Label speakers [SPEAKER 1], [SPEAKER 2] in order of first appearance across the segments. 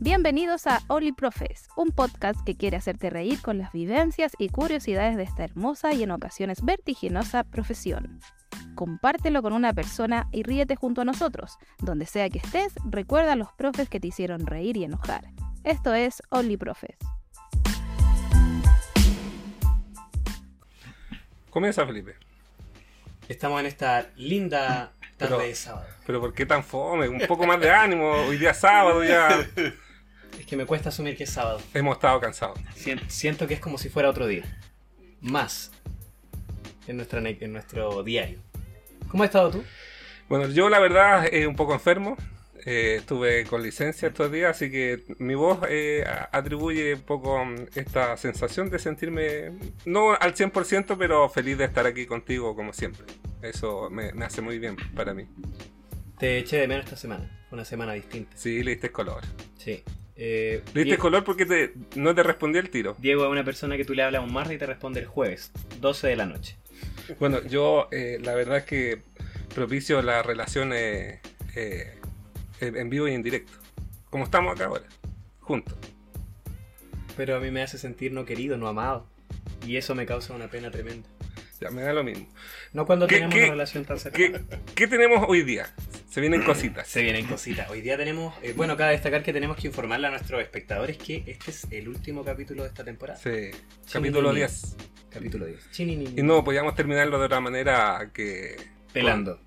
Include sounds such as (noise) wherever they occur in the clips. [SPEAKER 1] Bienvenidos a Oli Profes, un podcast que quiere hacerte reír con las vivencias y curiosidades de esta hermosa y en ocasiones vertiginosa profesión. Compártelo con una persona y ríete junto a nosotros. Donde sea que estés, recuerda a los profes que te hicieron reír y enojar. Esto es Oli Profes.
[SPEAKER 2] Comienza, Felipe.
[SPEAKER 3] Estamos en esta linda tarde
[SPEAKER 2] Pero-
[SPEAKER 3] de sábado.
[SPEAKER 2] Pero ¿por qué tan fome? Un poco más de ánimo. Hoy día es sábado ya
[SPEAKER 3] Es que me cuesta asumir que es sábado.
[SPEAKER 2] hemos estado cansados.
[SPEAKER 3] Sien- Siento que es como si fuera otro día. Más. En, nuestra ne- en nuestro diario. ¿Cómo has estado tú?
[SPEAKER 2] Bueno, yo la verdad eh, un poco enfermo. Eh, estuve con licencia estos días, así que mi voz eh, a- atribuye un poco mm, esta sensación de sentirme, no al 100%, pero feliz de estar aquí contigo como siempre. Eso me, me hace muy bien para mí.
[SPEAKER 3] Te eché de menos esta semana. Fue Una semana distinta.
[SPEAKER 2] Sí, le diste color.
[SPEAKER 3] Sí. Eh,
[SPEAKER 2] Le diste
[SPEAKER 3] Die-
[SPEAKER 2] color porque te- no te respondí el tiro.
[SPEAKER 3] Diego es una persona que tú le hablas un martes y te responde el jueves, 12 de la noche.
[SPEAKER 2] Bueno, yo eh, la verdad es que propicio las relaciones eh, en vivo y en directo. Como estamos acá ahora, juntos.
[SPEAKER 3] Pero a mí me hace sentir no querido, no amado. Y eso me causa una pena tremenda.
[SPEAKER 2] Ya me da lo mismo.
[SPEAKER 3] No cuando
[SPEAKER 2] ¿Qué-
[SPEAKER 3] tenemos
[SPEAKER 2] qué-
[SPEAKER 3] una relación tan cercana.
[SPEAKER 2] ¿Qué, qué tenemos hoy día? Se vienen cositas.
[SPEAKER 3] Se vienen cositas. Hoy día tenemos. eh, bueno, cabe destacar que tenemos que informarle a nuestros espectadores que este es el último capítulo de esta temporada.
[SPEAKER 2] Sí. Capítulo 10.
[SPEAKER 3] Capítulo 10.
[SPEAKER 2] Y no, podíamos terminarlo de otra manera que...
[SPEAKER 3] Pelando.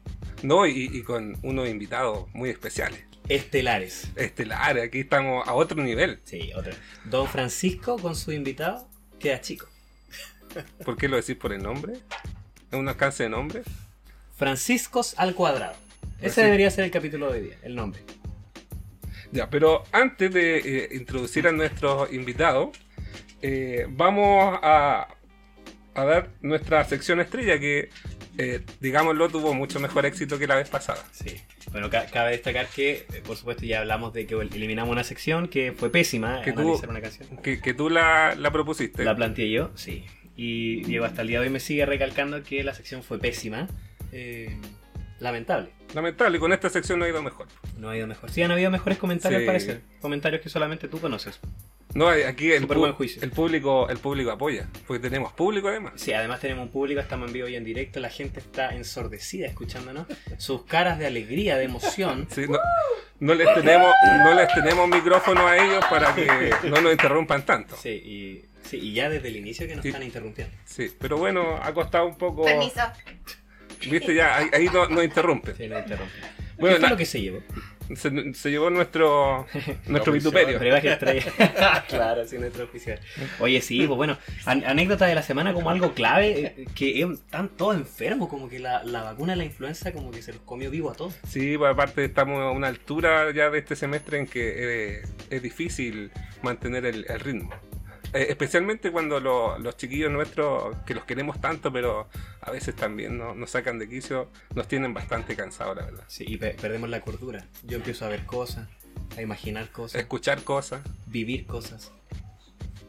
[SPEAKER 2] No, y, y con unos invitados muy especiales.
[SPEAKER 3] Estelares.
[SPEAKER 2] Estelares, aquí estamos a otro nivel.
[SPEAKER 3] Sí, otra. Don Francisco con su invitado queda chico.
[SPEAKER 2] ¿Por qué lo decís por el nombre? ¿Es un alcance de nombre?
[SPEAKER 3] Franciscos al cuadrado.
[SPEAKER 2] Francisco.
[SPEAKER 3] Ese debería ser el capítulo de hoy día, el nombre.
[SPEAKER 2] Ya, pero antes de eh, introducir a nuestros invitados, eh, vamos a, a dar nuestra sección estrella que, eh, digámoslo, tuvo mucho mejor éxito que la vez pasada.
[SPEAKER 3] Sí. Bueno, ca- cabe destacar que, eh, por supuesto, ya hablamos de que eliminamos una sección que fue pésima,
[SPEAKER 2] Que
[SPEAKER 3] analizar
[SPEAKER 2] tuvo-
[SPEAKER 3] una canción.
[SPEAKER 2] Que, que tú la, la propusiste.
[SPEAKER 3] La planteé yo, sí. Y Diego hasta el día de hoy me sigue recalcando que la sección fue pésima. Eh, lamentable.
[SPEAKER 2] Lamentable, con esta sección no ha ido mejor.
[SPEAKER 3] No ha ido mejor. Sí, han habido mejores comentarios
[SPEAKER 2] Sí.
[SPEAKER 3] al parecer. Comentarios que solamente tú conoces.
[SPEAKER 2] No, hay- aquí el,
[SPEAKER 3] Súper
[SPEAKER 2] pu-
[SPEAKER 3] buen juicio.
[SPEAKER 2] el público el público apoya, porque tenemos público además.
[SPEAKER 3] Sí, además tenemos un público, estamos en vivo y en directo. La gente está ensordecida escuchándonos. Sus caras de alegría,
[SPEAKER 2] (laughs)
[SPEAKER 3] de emoción.
[SPEAKER 2] Sí, no, no les tenemos no les tenemos micrófono a ellos para
[SPEAKER 3] (laughs)
[SPEAKER 2] que no nos interrumpan tanto.
[SPEAKER 3] Sí, y, sí, y ya desde el inicio que nos
[SPEAKER 2] Sí.
[SPEAKER 3] están interrumpiendo.
[SPEAKER 2] Sí, pero bueno, ha costado un poco...
[SPEAKER 4] Permiso.
[SPEAKER 2] Viste, ya, ahí, ahí no, no interrumpen.
[SPEAKER 3] Sí, nos interrumpen.
[SPEAKER 2] Bueno,
[SPEAKER 3] ¿Qué fue
[SPEAKER 2] la-
[SPEAKER 3] lo que se llevó?
[SPEAKER 2] se, se llevó
[SPEAKER 3] (laughs)
[SPEAKER 2] nuestro, nuestro
[SPEAKER 3] Oficial,
[SPEAKER 2] vituperio.
[SPEAKER 3] brebaje estrella. claro, sí, nuestro oficial. Oye, sí, pues bueno, an- anécdota de la semana como algo clave, eh, que eh, están todos enfermos, como que la, la vacuna de la influenza como que se los comió vivo a todos.
[SPEAKER 2] Sí, pues, aparte estamos a una altura ya de este semestre en que eh, es difícil mantener el, el ritmo. Eh, especialmente cuando lo- los chiquillos nuestros, que los queremos tanto, pero a veces también no- nos sacan de quicio, nos tienen bastante cansados, la verdad.
[SPEAKER 3] Sí, y pe- perdemos la cordura. Yo empiezo a ver cosas, a imaginar cosas,
[SPEAKER 2] Escuchar cosas,
[SPEAKER 3] vivir cosas.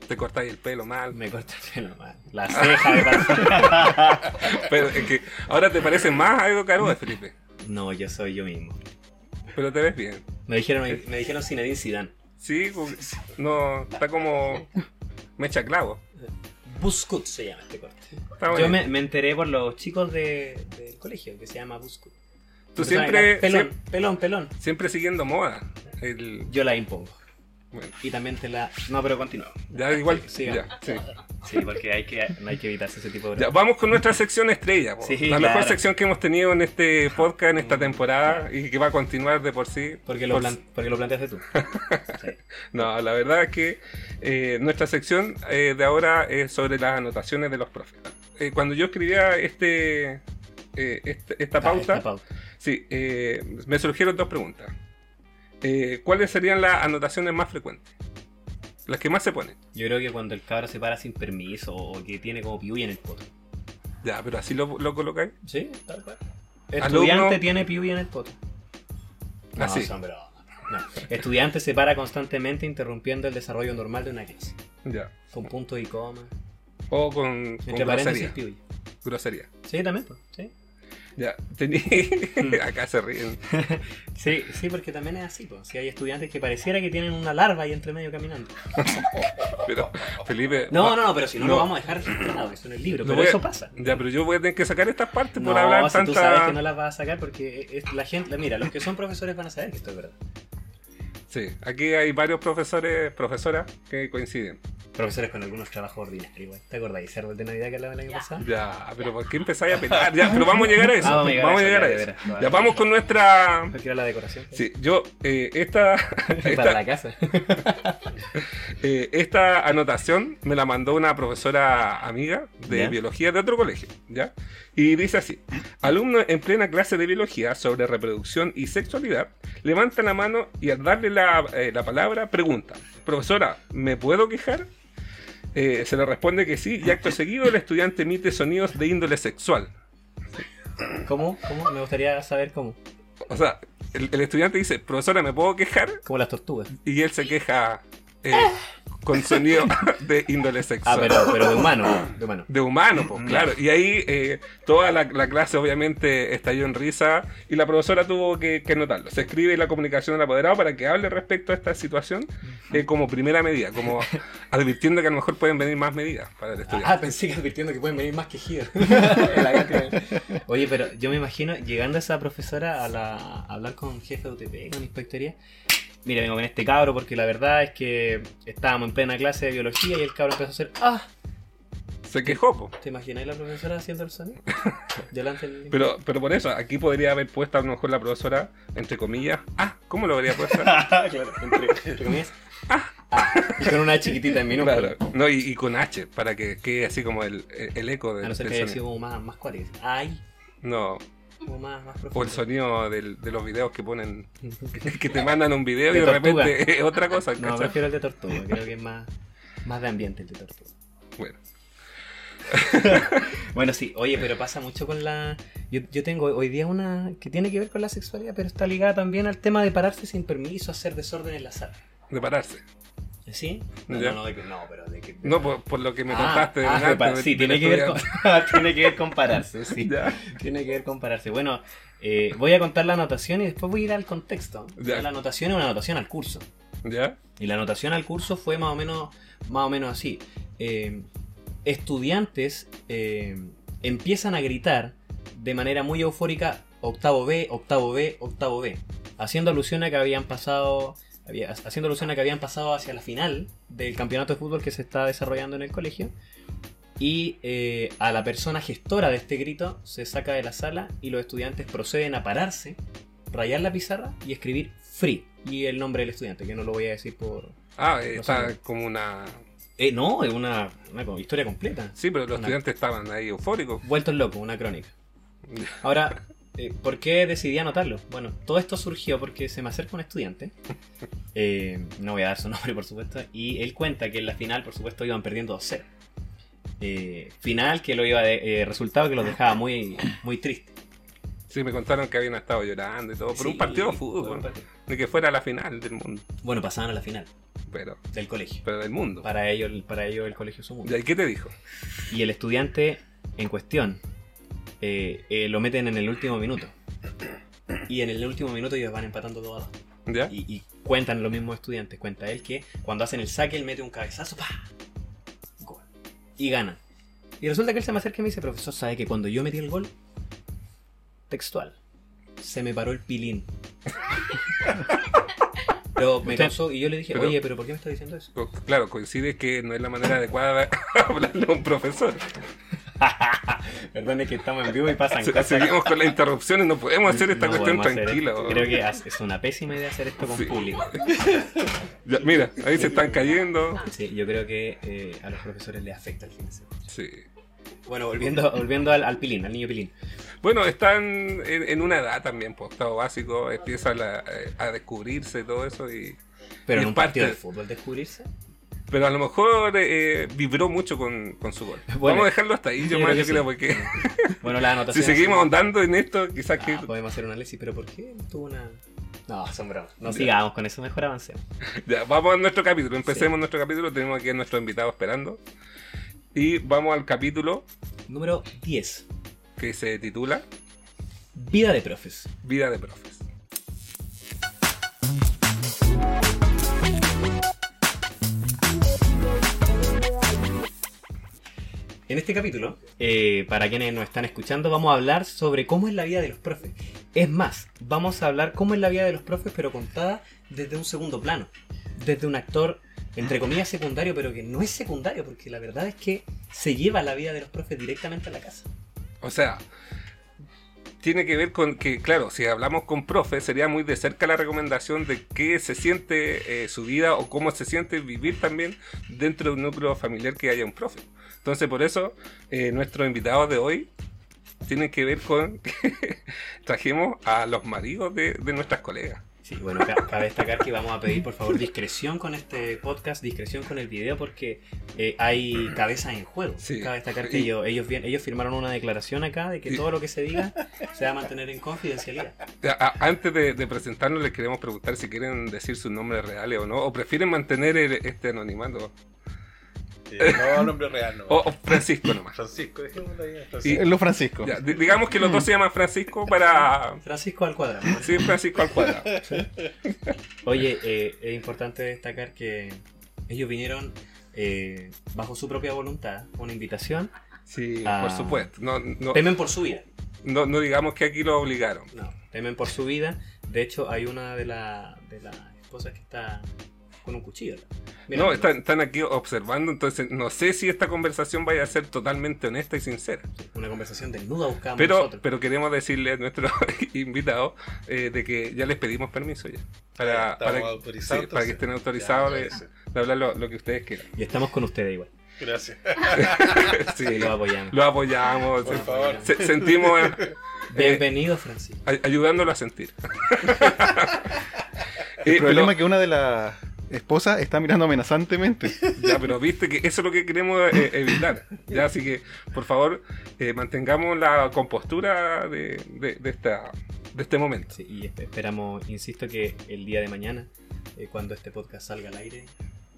[SPEAKER 2] te cortáis el pelo mal,
[SPEAKER 3] Me corta el pelo mal. La ceja de (laughs) pasar.
[SPEAKER 2] pero es que ahora te parece más a Edo Caroe, Felipe,
[SPEAKER 3] No, yo soy yo mismo.
[SPEAKER 2] pero te ves bien.
[SPEAKER 3] Me dijeron, me dijeron Zinedine Zidane.
[SPEAKER 2] Sí, como- no, está como mecha clavo.
[SPEAKER 3] Buscut se llama este corte.
[SPEAKER 2] Está
[SPEAKER 3] Yo
[SPEAKER 2] bueno.
[SPEAKER 3] me, me enteré por los chicos de- del colegio que se llama Buscut.
[SPEAKER 2] Tú
[SPEAKER 3] Persona
[SPEAKER 2] siempre,
[SPEAKER 3] que- Pelón,
[SPEAKER 2] siem-
[SPEAKER 3] pelón, pelón.
[SPEAKER 2] siempre siguiendo moda. El,
[SPEAKER 3] Yo la impongo.
[SPEAKER 2] bueno,
[SPEAKER 3] Y también te la. No, pero continúa.
[SPEAKER 2] ya igual.
[SPEAKER 3] Ah, Sí,
[SPEAKER 2] ya, sí.
[SPEAKER 3] Sí, porque hay que, no hay que evitarse ese tipo de.
[SPEAKER 2] Ya, vamos con nuestra sección estrella. po.
[SPEAKER 3] Sí,
[SPEAKER 2] la
[SPEAKER 3] claro.
[SPEAKER 2] mejor sección que hemos tenido en este podcast, en esta temporada, y que va a continuar de por sí.
[SPEAKER 3] Porque lo,
[SPEAKER 2] Por-
[SPEAKER 3] plan- porque lo planteaste
[SPEAKER 2] (laughs)
[SPEAKER 3] tú. Sí.
[SPEAKER 2] No, la verdad es que eh, nuestra sección eh, de ahora es sobre las anotaciones de los profes. Eh, cuando yo escribía este, eh, este- esta
[SPEAKER 3] Ah,
[SPEAKER 2] pauta,
[SPEAKER 3] esta pauta.
[SPEAKER 2] sí, eh, me surgieron dos preguntas. Eh, ¿Cuáles serían las anotaciones más frecuentes? Las que más se ponen.
[SPEAKER 3] Yo creo que cuando el cabro se para sin permiso o que tiene como piuy en el poto.
[SPEAKER 2] Ya, pero así lo, lo colocáis.
[SPEAKER 3] Sí, tal cual.
[SPEAKER 2] Alumno- Ah,
[SPEAKER 3] Estudiante tiene piuy en el poto. No,
[SPEAKER 2] Así.
[SPEAKER 3] son bromas. No. Estudiante se para constantemente interrumpiendo el desarrollo normal de una clase.
[SPEAKER 2] Ya.
[SPEAKER 3] Con punto y coma.
[SPEAKER 2] O con, con
[SPEAKER 3] Entre paréntesis,
[SPEAKER 2] grosería.
[SPEAKER 3] piuy.
[SPEAKER 2] Grosería.
[SPEAKER 3] Sí, también. pues, Sí.
[SPEAKER 2] Ya, tení...
[SPEAKER 3] Hmm.
[SPEAKER 2] (laughs) acá se ríen.
[SPEAKER 3] Sí, sí, porque también es así, pues. Si hay estudiantes que pareciera que tienen una larva ahí entre medio caminando.
[SPEAKER 2] Pero, Felipe.
[SPEAKER 3] No,
[SPEAKER 2] va-
[SPEAKER 3] no, no, pero si no,
[SPEAKER 2] No.
[SPEAKER 3] lo vamos a dejar registrado, eso en el libro,
[SPEAKER 2] lo
[SPEAKER 3] pero
[SPEAKER 2] voy a-
[SPEAKER 3] eso pasa.
[SPEAKER 2] Ya, pero yo voy a tener que sacar esta parte
[SPEAKER 3] No,
[SPEAKER 2] por hablar
[SPEAKER 3] si tú sabes
[SPEAKER 2] tanta.
[SPEAKER 3] que no las vas a sacar porque es- la gente, mira, los que son profesores van a saber que esto es verdad.
[SPEAKER 2] Sí, aquí hay varios profesores, profesoras que coinciden.
[SPEAKER 3] Profesores con algunos trabajos ordinarios, igual. ¿Te acordáis ese árbol de Navidad que hablaba el año pasado?
[SPEAKER 2] Ya, pero ¿por qué empezáis a pelear? Ya, pero vamos a llegar a
[SPEAKER 3] (laughs)
[SPEAKER 2] eso.
[SPEAKER 3] Ah,
[SPEAKER 2] vamos a llegar, a
[SPEAKER 3] ya,
[SPEAKER 2] eso.
[SPEAKER 3] de veras.
[SPEAKER 2] Ya vamos con nuestra.
[SPEAKER 3] Porque era la decoración.
[SPEAKER 2] Sí, yo, eh, esta,
[SPEAKER 3] (laughs) Para
[SPEAKER 2] esta,
[SPEAKER 3] la casa.
[SPEAKER 2] eh, esta anotación me la mandó una profesora amiga de
[SPEAKER 3] Ya.
[SPEAKER 2] biología de otro colegio, ¿ya? Y dice así, alumno en plena clase de biología sobre reproducción y sexualidad, levanta la mano y al darle la, eh, la palabra pregunta, profesora, ¿me puedo quejar? Eh, se le responde que sí y acto seguido el estudiante emite sonidos de índole sexual.
[SPEAKER 3] ¿Cómo? ¿Cómo? Me gustaría saber cómo.
[SPEAKER 2] O sea, el, el estudiante dice, profesora, ¿me puedo quejar?
[SPEAKER 3] Como las tortugas.
[SPEAKER 2] Y él se queja eh, con sonido (laughs) de índole sexual.
[SPEAKER 3] Ah, pero, pero de humano. De humano.
[SPEAKER 2] De humano,
[SPEAKER 3] Mm,
[SPEAKER 2] pues claro. Y ahí eh, toda la, la clase obviamente estalló en risa y la profesora tuvo que, que notarlo. Se escribe la comunicación del apoderado para que hable respecto a esta situación eh, como primera medida,
[SPEAKER 3] (laughs)
[SPEAKER 2] como advirtiendo que a lo mejor pueden venir más medidas para el estudiante.
[SPEAKER 3] Ah, pensé que advirtiendo que pueden venir más (laughs) quejidos. La gata. Oye, pero yo me imagino llegando esa profesora a, la, a hablar con jefe de UTP, con inspectoría. Mira, vengo con este cabro porque la verdad es que estábamos en plena clase de biología y el cabro empezó a hacer. ¡Ah!
[SPEAKER 2] Se quejó, po.
[SPEAKER 3] ¿Te imagináis la profesora haciendo el (laughs) sonido? Delante del. (laughs)
[SPEAKER 2] Pero, pero por eso, aquí podría haber puesto a lo mejor la profesora, entre comillas, ah, ¿cómo lo habría
[SPEAKER 3] (laughs)
[SPEAKER 2] puesto?
[SPEAKER 3] ah, claro, entre, entre comillas. Ah, y con una chiquitita en minúscula.
[SPEAKER 2] Claro, no, y, y con H, para que quede así como el, el- el eco del,
[SPEAKER 3] A no ser
[SPEAKER 2] del
[SPEAKER 3] que haya sido
[SPEAKER 2] sonido.
[SPEAKER 3] como más, más cuático. Ay,
[SPEAKER 2] No,
[SPEAKER 3] como más, más profundo.
[SPEAKER 2] o el sonido del- de los videos que ponen, (laughs) que te mandan un video
[SPEAKER 3] De
[SPEAKER 2] y de
[SPEAKER 3] tortuga.
[SPEAKER 2] repente es otra cosa.
[SPEAKER 3] (laughs) No,
[SPEAKER 2] ¿cachai?
[SPEAKER 3] prefiero el de tortuga, creo que es más, más de ambiente el de tortuga.
[SPEAKER 2] Bueno,
[SPEAKER 3] Bueno, sí, oye, pero pasa mucho con la... Yo, yo tengo hoy día una que tiene que ver con la sexualidad, pero está ligada también al tema de pararse sin permiso, hacer desorden en la sala.
[SPEAKER 2] de pararse.
[SPEAKER 3] ¿Sí? No,
[SPEAKER 2] Ya.
[SPEAKER 3] no, no, de que- no, pero de que...
[SPEAKER 2] No, por, por lo que me
[SPEAKER 3] Ah,
[SPEAKER 2] contaste
[SPEAKER 3] ah,
[SPEAKER 2] delante
[SPEAKER 3] de par-
[SPEAKER 2] del-
[SPEAKER 3] sí,
[SPEAKER 2] del
[SPEAKER 3] tiene que, ver con, ah,
[SPEAKER 2] estudiante.
[SPEAKER 3] (laughs) tiene que ver con pararse, sí.
[SPEAKER 2] Ya.
[SPEAKER 3] Tiene que ver con pararse. Bueno, eh, voy a contar la anotación y después voy a ir al contexto.
[SPEAKER 2] Ya.
[SPEAKER 3] La anotación es una anotación al curso.
[SPEAKER 2] ¿Ya?
[SPEAKER 3] Y la anotación al curso fue más o menos, más o menos así. Eh, estudiantes eh, empiezan a gritar de manera muy eufórica octavo B, octavo B, octavo B. Haciendo alusión a que habían pasado. había- haciendo alusión a que habían pasado hacia la final del campeonato de fútbol que se está desarrollando en el colegio. Y eh, a la persona gestora de este grito se saca de la sala y los estudiantes proceden a pararse, rayar la pizarra y escribir free. Y el nombre del estudiante, que no lo voy a decir por...
[SPEAKER 2] Ah, eh,
[SPEAKER 3] No
[SPEAKER 2] está
[SPEAKER 3] sé.
[SPEAKER 2] como una...
[SPEAKER 3] Eh, no, es una, una co- historia completa.
[SPEAKER 2] Sí, pero los
[SPEAKER 3] Una-
[SPEAKER 2] estudiantes estaban ahí eufóricos.
[SPEAKER 3] Vueltos locos, una (laughs) crónica. Ahora, eh, ¿por qué decidí anotarlo? Bueno, todo esto surgió porque se me acerca un estudiante. (laughs) eh, no voy a dar su (laughs) nombre, por supuesto. Y él cuenta que en la final, por supuesto, iban perdiendo 2-0. Eh, final que lo iba de, eh, resultado que los dejaba muy, muy tristes.
[SPEAKER 2] Sí, me contaron que habían estado llorando y todo por un
[SPEAKER 3] Sí,
[SPEAKER 2] partido de
[SPEAKER 3] por un
[SPEAKER 2] fútbol,
[SPEAKER 3] partido.
[SPEAKER 2] de que fuera la final del mundo,
[SPEAKER 3] Bueno, pasaban a la final
[SPEAKER 2] pero,
[SPEAKER 3] del colegio.
[SPEAKER 2] pero del mundo.
[SPEAKER 3] Para ellos, para ellos el colegio es un mundo.
[SPEAKER 2] ¿Y ahí qué te dijo?
[SPEAKER 3] y el estudiante en cuestión eh, eh, lo meten en el último minuto. Y en el último minuto ellos van empatando todo a dos.
[SPEAKER 2] ¿Ya?
[SPEAKER 3] Y, y cuentan los mismos estudiantes. Cuenta él que cuando hacen el saque, él mete un cabezazo, ¡pa! Gol. Y gana. Y resulta que él se me acerca y me dice, profesor, ¿sabe que cuando yo metí el gol? Textual. Se me paró el pilín. (laughs) pero me causó, y yo le dije,
[SPEAKER 2] Pero-
[SPEAKER 3] oye, pero ¿por qué me está diciendo eso?
[SPEAKER 2] Co- Claro, coincide que no es la manera adecuada de (laughs) hablarle a un profesor.
[SPEAKER 3] (laughs) Perdón, es que estamos en vivo y (laughs) pasan
[SPEAKER 2] Se- Seguimos con las interrupciones, no podemos hacer esta
[SPEAKER 3] No
[SPEAKER 2] cuestión
[SPEAKER 3] podemos hacer
[SPEAKER 2] tranquila.
[SPEAKER 3] esto.
[SPEAKER 2] weón.
[SPEAKER 3] Creo que has- es una pésima idea hacer esto con
[SPEAKER 2] Sí.
[SPEAKER 3] público.
[SPEAKER 2] Ya, mira, ahí se están cayendo.
[SPEAKER 3] Sí, yo creo que eh, a los profesores les afecta el fin de semana.
[SPEAKER 2] Sí. (laughs)
[SPEAKER 3] Bueno, volviendo, volviendo al, al pilín, al niño pilín.
[SPEAKER 2] Bueno, están en, en una edad también, pues, estado básico, empieza la- eh, a descubrirse y todo eso. y
[SPEAKER 3] Pero
[SPEAKER 2] Y
[SPEAKER 3] en un
[SPEAKER 2] parte
[SPEAKER 3] partido de
[SPEAKER 2] de-
[SPEAKER 3] fútbol descubrirse.
[SPEAKER 2] Pero a lo mejor eh, vibró mucho con, con su gol. Vamos a dejarlo hasta ahí, yo,
[SPEAKER 3] yo
[SPEAKER 2] más, yo
[SPEAKER 3] creo que
[SPEAKER 2] creo,
[SPEAKER 3] sí.
[SPEAKER 2] porque
[SPEAKER 3] Bueno,
[SPEAKER 2] (laughs)
[SPEAKER 3] la
[SPEAKER 2] si
[SPEAKER 3] anotación.
[SPEAKER 2] seguimos ahondando en esto, quizás
[SPEAKER 3] Ah,
[SPEAKER 2] que...
[SPEAKER 3] podemos hacer un análisis, pero ¿por qué tuvo una.? No, son bromas. No sigamos con eso, mejor avancemos.
[SPEAKER 2] Ya, vamos a nuestro capítulo, empecemos nuestro capítulo, tenemos aquí a nuestro invitado esperando. Y vamos al capítulo
[SPEAKER 3] Número 10.
[SPEAKER 2] que se titula
[SPEAKER 3] Vida de profes.
[SPEAKER 2] Vida de profes.
[SPEAKER 3] En este capítulo, eh, para quienes nos están escuchando, vamos a hablar sobre cómo es la vida de los profes. Es más, vamos a hablar cómo es la vida de los profes, pero contada desde un segundo plano. Desde un actor, entre comillas, secundario, pero que no es secundario, porque la verdad es que se lleva la vida de los profes directamente a la casa.
[SPEAKER 2] O sea, tiene que ver con que, claro, si hablamos con profes, sería muy de cerca la recomendación de qué se siente eh, su vida o cómo se siente vivir también dentro de un núcleo familiar que haya un profe. Entonces, por eso, eh, nuestros invitados de hoy tienen que ver con que (laughs) trajimos a los maridos de, de nuestras colegas.
[SPEAKER 3] Sí, bueno, ca- cabe destacar que vamos a pedir por favor discreción con este podcast, discreción con el video, porque eh, hay cabezas en juego.
[SPEAKER 2] Sí.
[SPEAKER 3] Cabe destacar que
[SPEAKER 2] Y-
[SPEAKER 3] ellos, ellos, bien- ellos firmaron una declaración acá de que
[SPEAKER 2] Y-
[SPEAKER 3] todo lo que se diga se va a mantener en confidencialidad.
[SPEAKER 2] A- a- Antes de, de presentarnos, les queremos preguntar si quieren decir sus nombres reales o no, o prefieren mantener el- este anonimato.
[SPEAKER 4] Eh, no, nombre real, no.
[SPEAKER 2] O, o Francisco nomás.
[SPEAKER 4] Francisco, dejémoslo ahí.
[SPEAKER 2] Oh, Y-
[SPEAKER 4] Francisco.
[SPEAKER 5] Lo Francisco.
[SPEAKER 2] Ya, di- digamos que los dos se llaman Francisco para.
[SPEAKER 3] Francisco al cuadrado.
[SPEAKER 2] Sí, Francisco al cuadrado.
[SPEAKER 3] Oye, eh, es importante destacar que ellos vinieron eh, bajo su propia voluntad, una invitación.
[SPEAKER 2] Sí,
[SPEAKER 3] Ah.
[SPEAKER 2] por supuesto. No, no,
[SPEAKER 3] Temen por su vida.
[SPEAKER 2] no- no digamos que aquí lo obligaron.
[SPEAKER 3] No, temen por su vida. De hecho, hay una de las de las esposas que está con un cuchillo. ¿no? Mira,
[SPEAKER 2] No, están, están aquí observando, entonces no sé si esta conversación vaya a ser totalmente honesta y sincera.
[SPEAKER 3] Una conversación desnuda buscamos
[SPEAKER 2] Pero,
[SPEAKER 3] nosotros.
[SPEAKER 2] pero queremos decirle a (laughs) nuestros invitados eh, de que ya les pedimos permiso ya. Para,
[SPEAKER 4] Estamos
[SPEAKER 2] para,
[SPEAKER 4] autorizados,
[SPEAKER 2] sí, para que
[SPEAKER 4] entonces.
[SPEAKER 2] estén autorizados
[SPEAKER 4] Ya,
[SPEAKER 2] de,
[SPEAKER 4] parece.
[SPEAKER 2] de hablar lo, lo que ustedes quieran.
[SPEAKER 3] (laughs) Y estamos con ustedes igual.
[SPEAKER 4] Gracias.
[SPEAKER 2] Sí,
[SPEAKER 3] Sí, lo
[SPEAKER 2] lo,
[SPEAKER 3] apoyamos.
[SPEAKER 2] apoyamos.
[SPEAKER 4] Por
[SPEAKER 2] se-
[SPEAKER 4] favor.
[SPEAKER 2] se- sentimos eh,
[SPEAKER 3] Bienvenido, Francisco.
[SPEAKER 2] ay- ayudándolo a sentir.
[SPEAKER 5] El
[SPEAKER 2] Eh,
[SPEAKER 5] problema
[SPEAKER 2] pero-
[SPEAKER 5] es que una de las esposas está mirando amenazantemente.
[SPEAKER 2] Ya, pero viste que eso es lo que queremos eh, evitar. Ya, así que, por favor, eh, mantengamos la compostura de, de- de esta, de este momento.
[SPEAKER 3] Sí, y esp- esperamos, insisto, que el día de mañana, eh, cuando este podcast salga al aire,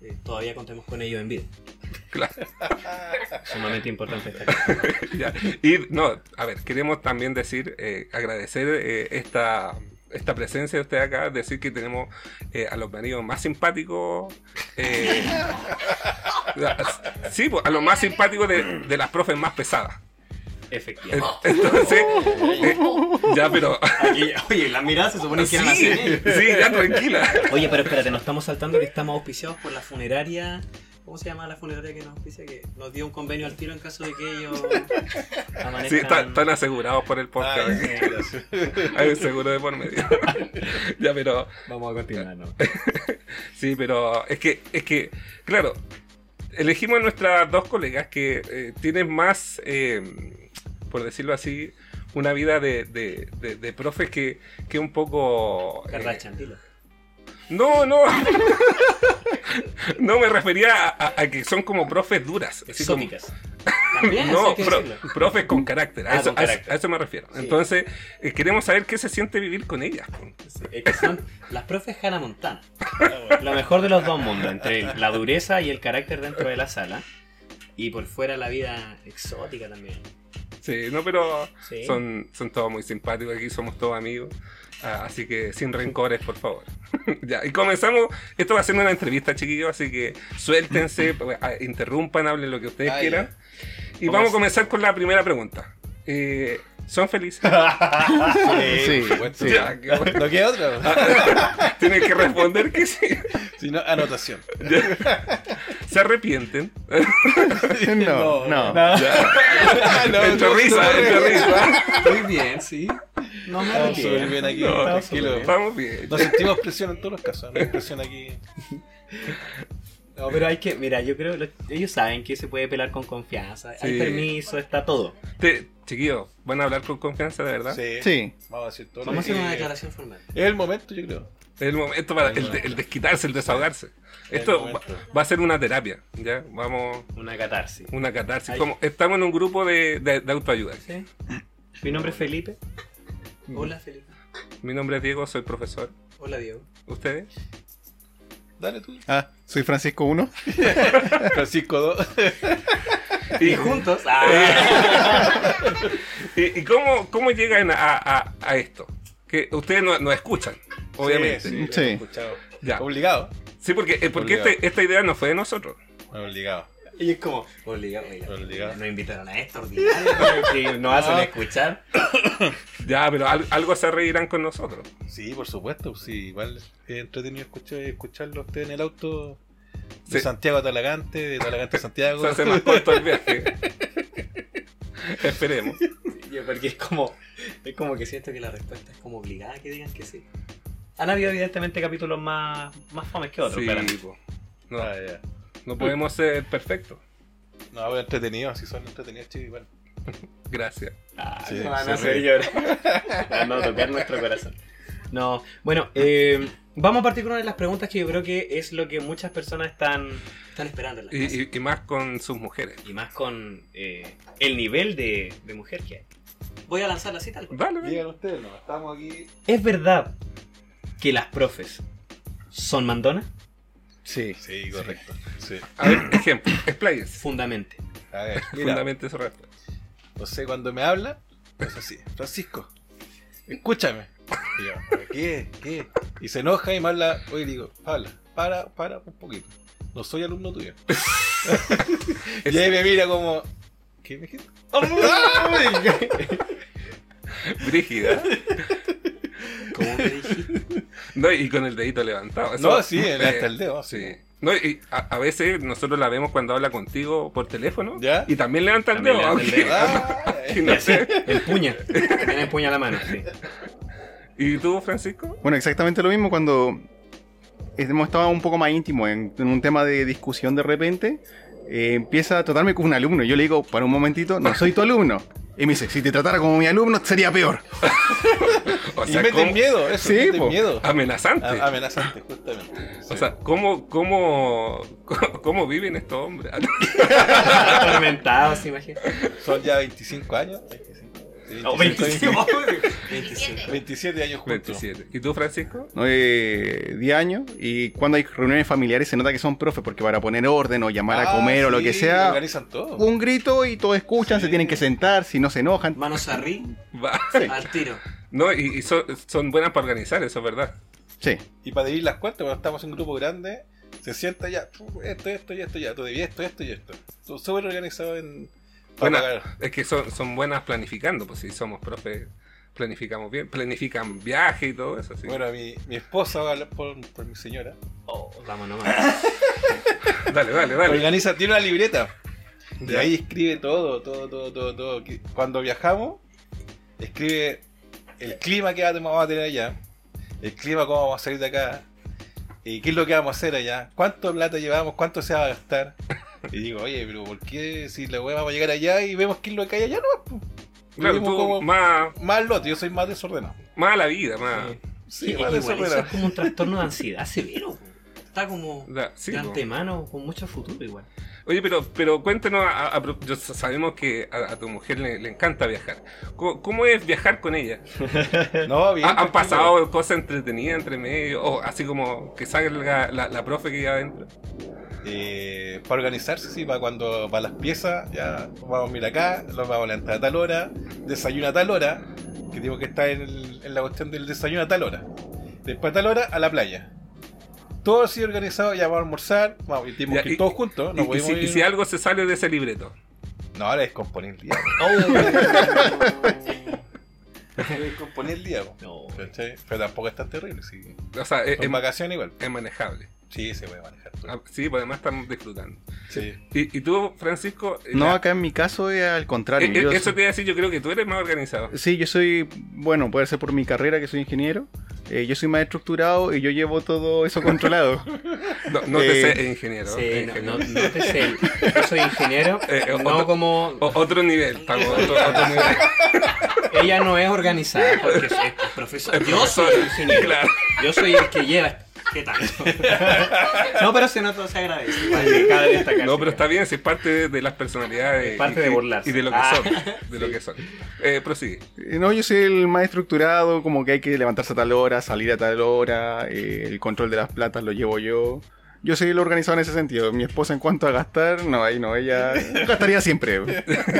[SPEAKER 3] eh, todavía contemos con ellos en vida.
[SPEAKER 2] (laughs) Claro.
[SPEAKER 3] (laughs) Sumamente importante destacar.
[SPEAKER 2] (laughs) Ya. Y, no, a ver, queremos también decir, eh, agradecer eh, esta, esta presencia de usted acá, decir que tenemos eh, a los maridos más simpáticos. eh, (laughs) sí, pues, a los más simpáticos de, de las profes más pesadas.
[SPEAKER 3] Efectivamente.
[SPEAKER 2] Entonces,
[SPEAKER 3] (laughs)
[SPEAKER 2] eh, ya, pero.
[SPEAKER 3] oye, las miradas se
[SPEAKER 2] (laughs)
[SPEAKER 3] supone
[SPEAKER 2] Sí, sí, ya tranquila.
[SPEAKER 3] ¿eh? Oye, pero espérate, nos estamos saltando que estamos auspiciados por la funeraria. ¿Cómo se llama la funeraria que nos auspicia? Que nos dio un convenio al tiro en caso de que ellos
[SPEAKER 2] (laughs)
[SPEAKER 3] amanezcan.
[SPEAKER 2] Sí, están, están asegurados por el
[SPEAKER 4] Ah,
[SPEAKER 2] podcast.
[SPEAKER 4] ya, gracias.
[SPEAKER 2] (laughs) Hay un seguro de por medio. (laughs) ya, pero.
[SPEAKER 3] Vamos a continuar, ¿no?
[SPEAKER 2] Sí, pero es que, es que, claro, elegimos a nuestras dos colegas que eh, tienen más, eh, por decirlo así, una vida de, de, de- de profes que, que un poco. eh,
[SPEAKER 3] Carrachan, dilo.
[SPEAKER 2] no, (laughs) no. no me refería a, a- a que son como profes duras. así como-
[SPEAKER 3] Exóticas.
[SPEAKER 2] (laughs)
[SPEAKER 3] También, eso hay
[SPEAKER 2] No,
[SPEAKER 3] que
[SPEAKER 2] pro-
[SPEAKER 3] decirlo.
[SPEAKER 2] profes con carácter. A,
[SPEAKER 3] Ah,
[SPEAKER 2] eso,
[SPEAKER 3] con
[SPEAKER 2] a eso-
[SPEAKER 3] carácter.
[SPEAKER 2] a eso me refiero.
[SPEAKER 3] Sí.
[SPEAKER 2] Entonces, eh, queremos saber qué se siente vivir con ellas. po.
[SPEAKER 3] Es que son las profes Hannah Montana.
[SPEAKER 4] Ah, bueno.
[SPEAKER 3] Lo mejor de los dos mundos, entre la dureza y el carácter dentro de la sala. Y por fuera la vida exótica también.
[SPEAKER 2] Sí, no, pero
[SPEAKER 3] Sí.
[SPEAKER 2] son, son todos muy simpáticos aquí, somos todos amigos. Ah, así que sin rencores, por favor. (laughs) ya, y comenzamos. Esto va a ser una entrevista, chiquillos, así que
[SPEAKER 4] (laughs)
[SPEAKER 2] suéltense, ah, interrumpan, hablen lo que ustedes
[SPEAKER 4] Ah,
[SPEAKER 2] quieran. Y
[SPEAKER 3] Vamos.
[SPEAKER 2] vamos a comenzar con la primera pregunta. Eh, ¿Son felices? (laughs)
[SPEAKER 5] Sí,
[SPEAKER 4] por supuesto.
[SPEAKER 5] sí.
[SPEAKER 2] Ya, qué bueno. Ah,
[SPEAKER 4] ¿No queda otra?
[SPEAKER 2] Tienen que responder que sí.
[SPEAKER 4] Si no, anotación. (laughs)
[SPEAKER 2] ¿Se arrepienten?
[SPEAKER 5] No, no.
[SPEAKER 2] (laughs)
[SPEAKER 4] Ah, (laughs) no,
[SPEAKER 2] Entre
[SPEAKER 4] no,
[SPEAKER 2] risa,
[SPEAKER 4] no,
[SPEAKER 2] entre
[SPEAKER 4] no,
[SPEAKER 2] risa.
[SPEAKER 3] Muy bien, sí. No me
[SPEAKER 4] Estamos súper
[SPEAKER 3] arrepiento.
[SPEAKER 4] bien aquí,
[SPEAKER 2] No,
[SPEAKER 4] tranquilo.
[SPEAKER 2] Vamos bien.
[SPEAKER 4] No sentimos presión en todos los casos. No hay presión aquí.
[SPEAKER 3] No, pero hay que, mira, yo creo, lo- ellos saben que se puede pelar con confianza,
[SPEAKER 2] Sí.
[SPEAKER 3] hay permiso, está todo.
[SPEAKER 2] Te- chiquillos, van a hablar con confianza, de verdad.
[SPEAKER 4] Sí.
[SPEAKER 5] Sí.
[SPEAKER 4] Vamos a decir todo. lo
[SPEAKER 3] Vamos a hacer
[SPEAKER 4] que-
[SPEAKER 3] una declaración formal.
[SPEAKER 4] Es el momento, yo creo.
[SPEAKER 2] Es el momento para el, el desquitarse, el desahogarse.
[SPEAKER 4] El
[SPEAKER 2] Esto va,
[SPEAKER 4] momento.
[SPEAKER 2] va a ser una terapia, ¿ya? Vamos,
[SPEAKER 3] Una catarsis.
[SPEAKER 2] una catarsis.
[SPEAKER 3] Ahí.
[SPEAKER 2] Como, estamos en un grupo de, de- de autoayuda.
[SPEAKER 3] ¿Sí? Mi nombre es Felipe. Hola, Felipe.
[SPEAKER 2] Mi nombre es Diego, soy profesor.
[SPEAKER 3] Hola, Diego.
[SPEAKER 2] ¿Ustedes?
[SPEAKER 4] Dale tú.
[SPEAKER 5] Ah, soy Francisco 1.
[SPEAKER 4] Francisco 2.
[SPEAKER 3] Y juntos. (laughs) ah.
[SPEAKER 2] ¿Y, y cómo, cómo llegan a, a- a esto? Que ustedes no, no escuchan, obviamente. Sí,
[SPEAKER 4] Sí, sí, lo
[SPEAKER 5] Sí.
[SPEAKER 4] he escuchado.
[SPEAKER 2] Ya.
[SPEAKER 4] Obligado.
[SPEAKER 2] porque, eh, porque este-
[SPEAKER 4] Obligado.
[SPEAKER 2] esta idea no fue de nosotros.
[SPEAKER 4] Obligado.
[SPEAKER 3] Y es como, obligado, obligado.
[SPEAKER 4] Obligado.
[SPEAKER 3] Nos invitaron a esto, (laughs) ordinario, que nos hacen escuchar.
[SPEAKER 2] Ya, pero al- algo se reirán con nosotros.
[SPEAKER 4] Sí, por supuesto. pues, Sí, igual es entretenido escuchar, escucharlo a usted en el auto de
[SPEAKER 2] Sí.
[SPEAKER 4] Santiago a Talagante, de Talagante a Santiago.
[SPEAKER 2] Se hace más corto el viaje. Esperemos.
[SPEAKER 3] Yo, porque es como, es como que siento que la respuesta es como obligada que digan que sí. Han habido evidentemente capítulos más, más fames que otros,
[SPEAKER 2] Sí,
[SPEAKER 3] claramente.
[SPEAKER 2] po. no,
[SPEAKER 4] (laughs) Ah, ya.
[SPEAKER 2] no podemos ser perfectos.
[SPEAKER 4] No, pero entretenido, si son entretenidos, chicos, igual.
[SPEAKER 2] Gracias.
[SPEAKER 3] Ah,
[SPEAKER 4] Sí,
[SPEAKER 3] no van a
[SPEAKER 4] se
[SPEAKER 3] hacer llorar. Van a tocar nuestro corazón. No, bueno, eh, vamos a partir con una de las preguntas que yo creo que es lo que muchas personas están, están esperando en la
[SPEAKER 2] Y,
[SPEAKER 3] casa.
[SPEAKER 2] y- y más con sus mujeres.
[SPEAKER 3] Y más con eh, el nivel de, de mujer que hay. Voy a lanzar la cita. al-
[SPEAKER 2] Dale, dale.
[SPEAKER 4] Digan ustedes, no, estamos aquí.
[SPEAKER 3] ¿Es verdad que las profes son mandonas?
[SPEAKER 4] Sí, sí, correcto. Sí.
[SPEAKER 2] A ver,
[SPEAKER 4] (laughs)
[SPEAKER 2] ejemplo, expláyense.
[SPEAKER 3] Fundamente.
[SPEAKER 2] (laughs)
[SPEAKER 4] A ver, mira,
[SPEAKER 2] Fundamente su respuesta.
[SPEAKER 4] no sé, cuando me habla, es así, Francisco, escúchame. Y yo, "¿Pero ¿qué? ¿Qué? Y se enoja y me habla, oye, le digo, Pabla, para, para un poquito. No soy alumno tuyo. y ahí me mira como, ¿qué
[SPEAKER 2] (laughs)
[SPEAKER 4] me dijiste?
[SPEAKER 2] Brígida.
[SPEAKER 3] ¿Cómo te dije?
[SPEAKER 2] No, y con el dedito levantado. Eso-
[SPEAKER 4] No, sí,
[SPEAKER 2] eh,
[SPEAKER 4] hasta el
[SPEAKER 2] (laughs)
[SPEAKER 4] dedo.
[SPEAKER 2] Sí. No, y a, a veces nosotros la vemos cuando habla contigo por teléfono.
[SPEAKER 4] ¿Ya?
[SPEAKER 2] Y también levanta el
[SPEAKER 3] También
[SPEAKER 2] dedo.
[SPEAKER 3] levanta el
[SPEAKER 2] aunque-
[SPEAKER 3] dedo.
[SPEAKER 4] Ah,
[SPEAKER 3] (laughs)
[SPEAKER 2] (laughs) aunque no sé.
[SPEAKER 3] Empuña. También empuña la mano, sí.
[SPEAKER 2] ¿Y tú, Francisco?
[SPEAKER 5] Bueno, exactamente lo mismo cuando hemos estado un poco más íntimo en, en un tema de discusión de repente. eh, empieza a tratarme como un alumno. Yo le digo, para un momentito, no soy tu alumno. Y me dice, si te tratara como mi alumno, sería peor.
[SPEAKER 2] O
[SPEAKER 4] y meten
[SPEAKER 2] ¿cómo-
[SPEAKER 4] miedo, eso,
[SPEAKER 5] Sí,
[SPEAKER 4] meten
[SPEAKER 5] po.
[SPEAKER 4] miedo.
[SPEAKER 2] Amenazante.
[SPEAKER 4] A- Amenazante, justamente.
[SPEAKER 2] O sea, ¿cómo, cómo, (laughs) cómo viven estos hombres? (laughs)
[SPEAKER 3] Atormentados, imagina.
[SPEAKER 4] Son ya 25 años. 25. Sí,
[SPEAKER 3] No,
[SPEAKER 4] 25.
[SPEAKER 3] 25.
[SPEAKER 4] 27 años juntos.
[SPEAKER 2] 27. ¿Y tú, Francisco?
[SPEAKER 5] ¿no? Eh, 10 años. Y cuando hay reuniones familiares, se nota que son profes, porque para poner orden o llamar a
[SPEAKER 4] Ah,
[SPEAKER 5] comer o lo
[SPEAKER 4] sí,
[SPEAKER 5] que sea,
[SPEAKER 4] Organizan todo.
[SPEAKER 5] un grito y todos escuchan,
[SPEAKER 4] Sí.
[SPEAKER 5] se tienen que sentar, si no se enojan.
[SPEAKER 3] Manos arriba,
[SPEAKER 2] Va.
[SPEAKER 3] al tiro.
[SPEAKER 2] No, y, y son, son buenas para organizar, eso es verdad.
[SPEAKER 5] Sí.
[SPEAKER 4] Y para dividir las cuentas, cuando estamos en un grupo grande, se sienta ya, tú, esto, esto y esto, ya, tú debías esto, esto y esto. Tú súper organizado en.
[SPEAKER 2] Buena-
[SPEAKER 4] pagar.
[SPEAKER 2] es que son, son buenas planificando, pues si somos profes, planificamos bien, planifican viaje y todo eso. así que-
[SPEAKER 4] Bueno, mi, mi esposa va a hablar por, por mi señora.
[SPEAKER 3] Oh, vamos nomás.
[SPEAKER 2] Dale, dale, dale.
[SPEAKER 4] Organiza, tiene una libreta. De
[SPEAKER 2] Ya.
[SPEAKER 4] ahí escribe todo, todo, todo, todo, todo. Que- Cuando viajamos, escribe el clima que vamos a tener allá, el clima cómo vamos a salir de acá, y qué es lo que vamos a hacer allá, cuánto plata llevamos, cuánto se va a gastar. Y digo, oye, pero ¿por qué si la weá vamos a llegar allá y vemos qué es lo que hay allá? No,
[SPEAKER 2] Claro,
[SPEAKER 4] vivimos
[SPEAKER 2] tú
[SPEAKER 4] como-
[SPEAKER 2] más,
[SPEAKER 4] más lote, yo soy más desordenado.
[SPEAKER 2] más a la vida, más.
[SPEAKER 3] Sí.
[SPEAKER 4] Sí,
[SPEAKER 3] es
[SPEAKER 4] más
[SPEAKER 2] pues,
[SPEAKER 3] que igual, eso
[SPEAKER 4] desordenado.
[SPEAKER 3] es como un trastorno de ansiedad severo. Está como
[SPEAKER 2] Da- sí,
[SPEAKER 3] de
[SPEAKER 2] po.
[SPEAKER 3] antemano, con mucho futuro igual.
[SPEAKER 2] Oye, pero, pero cuéntanos, a- a- a- yo- sabemos que a, a tu mujer le, le encanta viajar. ¿Cómo, cómo es viajar con ella?
[SPEAKER 4] No, bien,
[SPEAKER 2] ¿Ha- ¿Han
[SPEAKER 4] tranquilo.
[SPEAKER 2] pasado cosas entretenidas entre medio? ¿O así como que salga la, la profe que lleva adentro?
[SPEAKER 4] Eh, para organizarse, sí, para cuando para las piezas, ya vamos a ir acá, nos vamos a levantar a tal hora, desayuno a tal hora, que tengo que estar en, el- en la cuestión del desayuno a tal hora. Después a tal hora, a la playa. Todo así organizado, ya vamos a almorzar, vamos, y tenemos
[SPEAKER 2] Ya,
[SPEAKER 4] que ir
[SPEAKER 2] y-
[SPEAKER 4] todos juntos, no
[SPEAKER 2] y, y
[SPEAKER 4] podemos
[SPEAKER 2] si, y
[SPEAKER 4] ir-
[SPEAKER 2] si algo se sale de ese libreto.
[SPEAKER 4] No, ahora es componer el día.
[SPEAKER 2] (laughs)
[SPEAKER 3] Oh. (laughs)
[SPEAKER 4] es componer el día, po.
[SPEAKER 3] no.
[SPEAKER 4] ¿Cachai? Pero tampoco es tan terrible, sí.
[SPEAKER 2] O sea, e, es,
[SPEAKER 4] En
[SPEAKER 2] es-
[SPEAKER 4] vacaciones igual.
[SPEAKER 2] es manejable.
[SPEAKER 4] Sí, se puede manejar. todo.
[SPEAKER 2] eh, Ah, Sí, pues además estamos disfrutando.
[SPEAKER 4] Sí.
[SPEAKER 2] ¿Y, y tú, Francisco?
[SPEAKER 5] No,
[SPEAKER 2] la-
[SPEAKER 5] acá en mi caso es al
[SPEAKER 2] Eh,
[SPEAKER 5] contrario.
[SPEAKER 2] eh,
[SPEAKER 5] yo
[SPEAKER 2] eso
[SPEAKER 5] soy-
[SPEAKER 2] te iba a decir, yo creo que tú eres más organizado.
[SPEAKER 5] Sí, yo soy, bueno, puede ser por mi carrera que soy ingeniero. eh, yo soy más estructurado y yo llevo todo eso controlado.
[SPEAKER 2] No, no te
[SPEAKER 5] Eh,
[SPEAKER 2] sé, ingeniero.
[SPEAKER 3] Sí, no,
[SPEAKER 2] ingeniero.
[SPEAKER 3] no, no te sé. Yo soy ingeniero,
[SPEAKER 2] Eh, eh,
[SPEAKER 3] no
[SPEAKER 2] otro-
[SPEAKER 3] como...
[SPEAKER 2] O- otro nivel, estamos, otro, otro
[SPEAKER 3] (laughs)
[SPEAKER 2] nivel.
[SPEAKER 3] Ella no es organizada porque es es profesora. Yo soy ingeniero.
[SPEAKER 2] Claro.
[SPEAKER 3] Yo soy el que lleva. este ¿Qué tal? (laughs) No, pero se nota, se agradece. Vale, cabe destacar.
[SPEAKER 2] No, pero está bien, si es parte de, de las personalidades.
[SPEAKER 3] Es parte
[SPEAKER 2] y-
[SPEAKER 3] de
[SPEAKER 2] y-
[SPEAKER 3] burlarse.
[SPEAKER 2] Y de lo que
[SPEAKER 3] Ah.
[SPEAKER 2] son.
[SPEAKER 3] (laughs)
[SPEAKER 2] De lo que son. Eh, prosigue. (laughs)
[SPEAKER 5] Eh, No, yo soy el más estructurado, como que hay que levantarse a tal hora, salir a tal hora, eh, el control de las platas lo llevo yo. Yo soy el organizado en ese sentido. Mi esposa en cuanto a gastar, no, ahí no, ella gastaría siempre.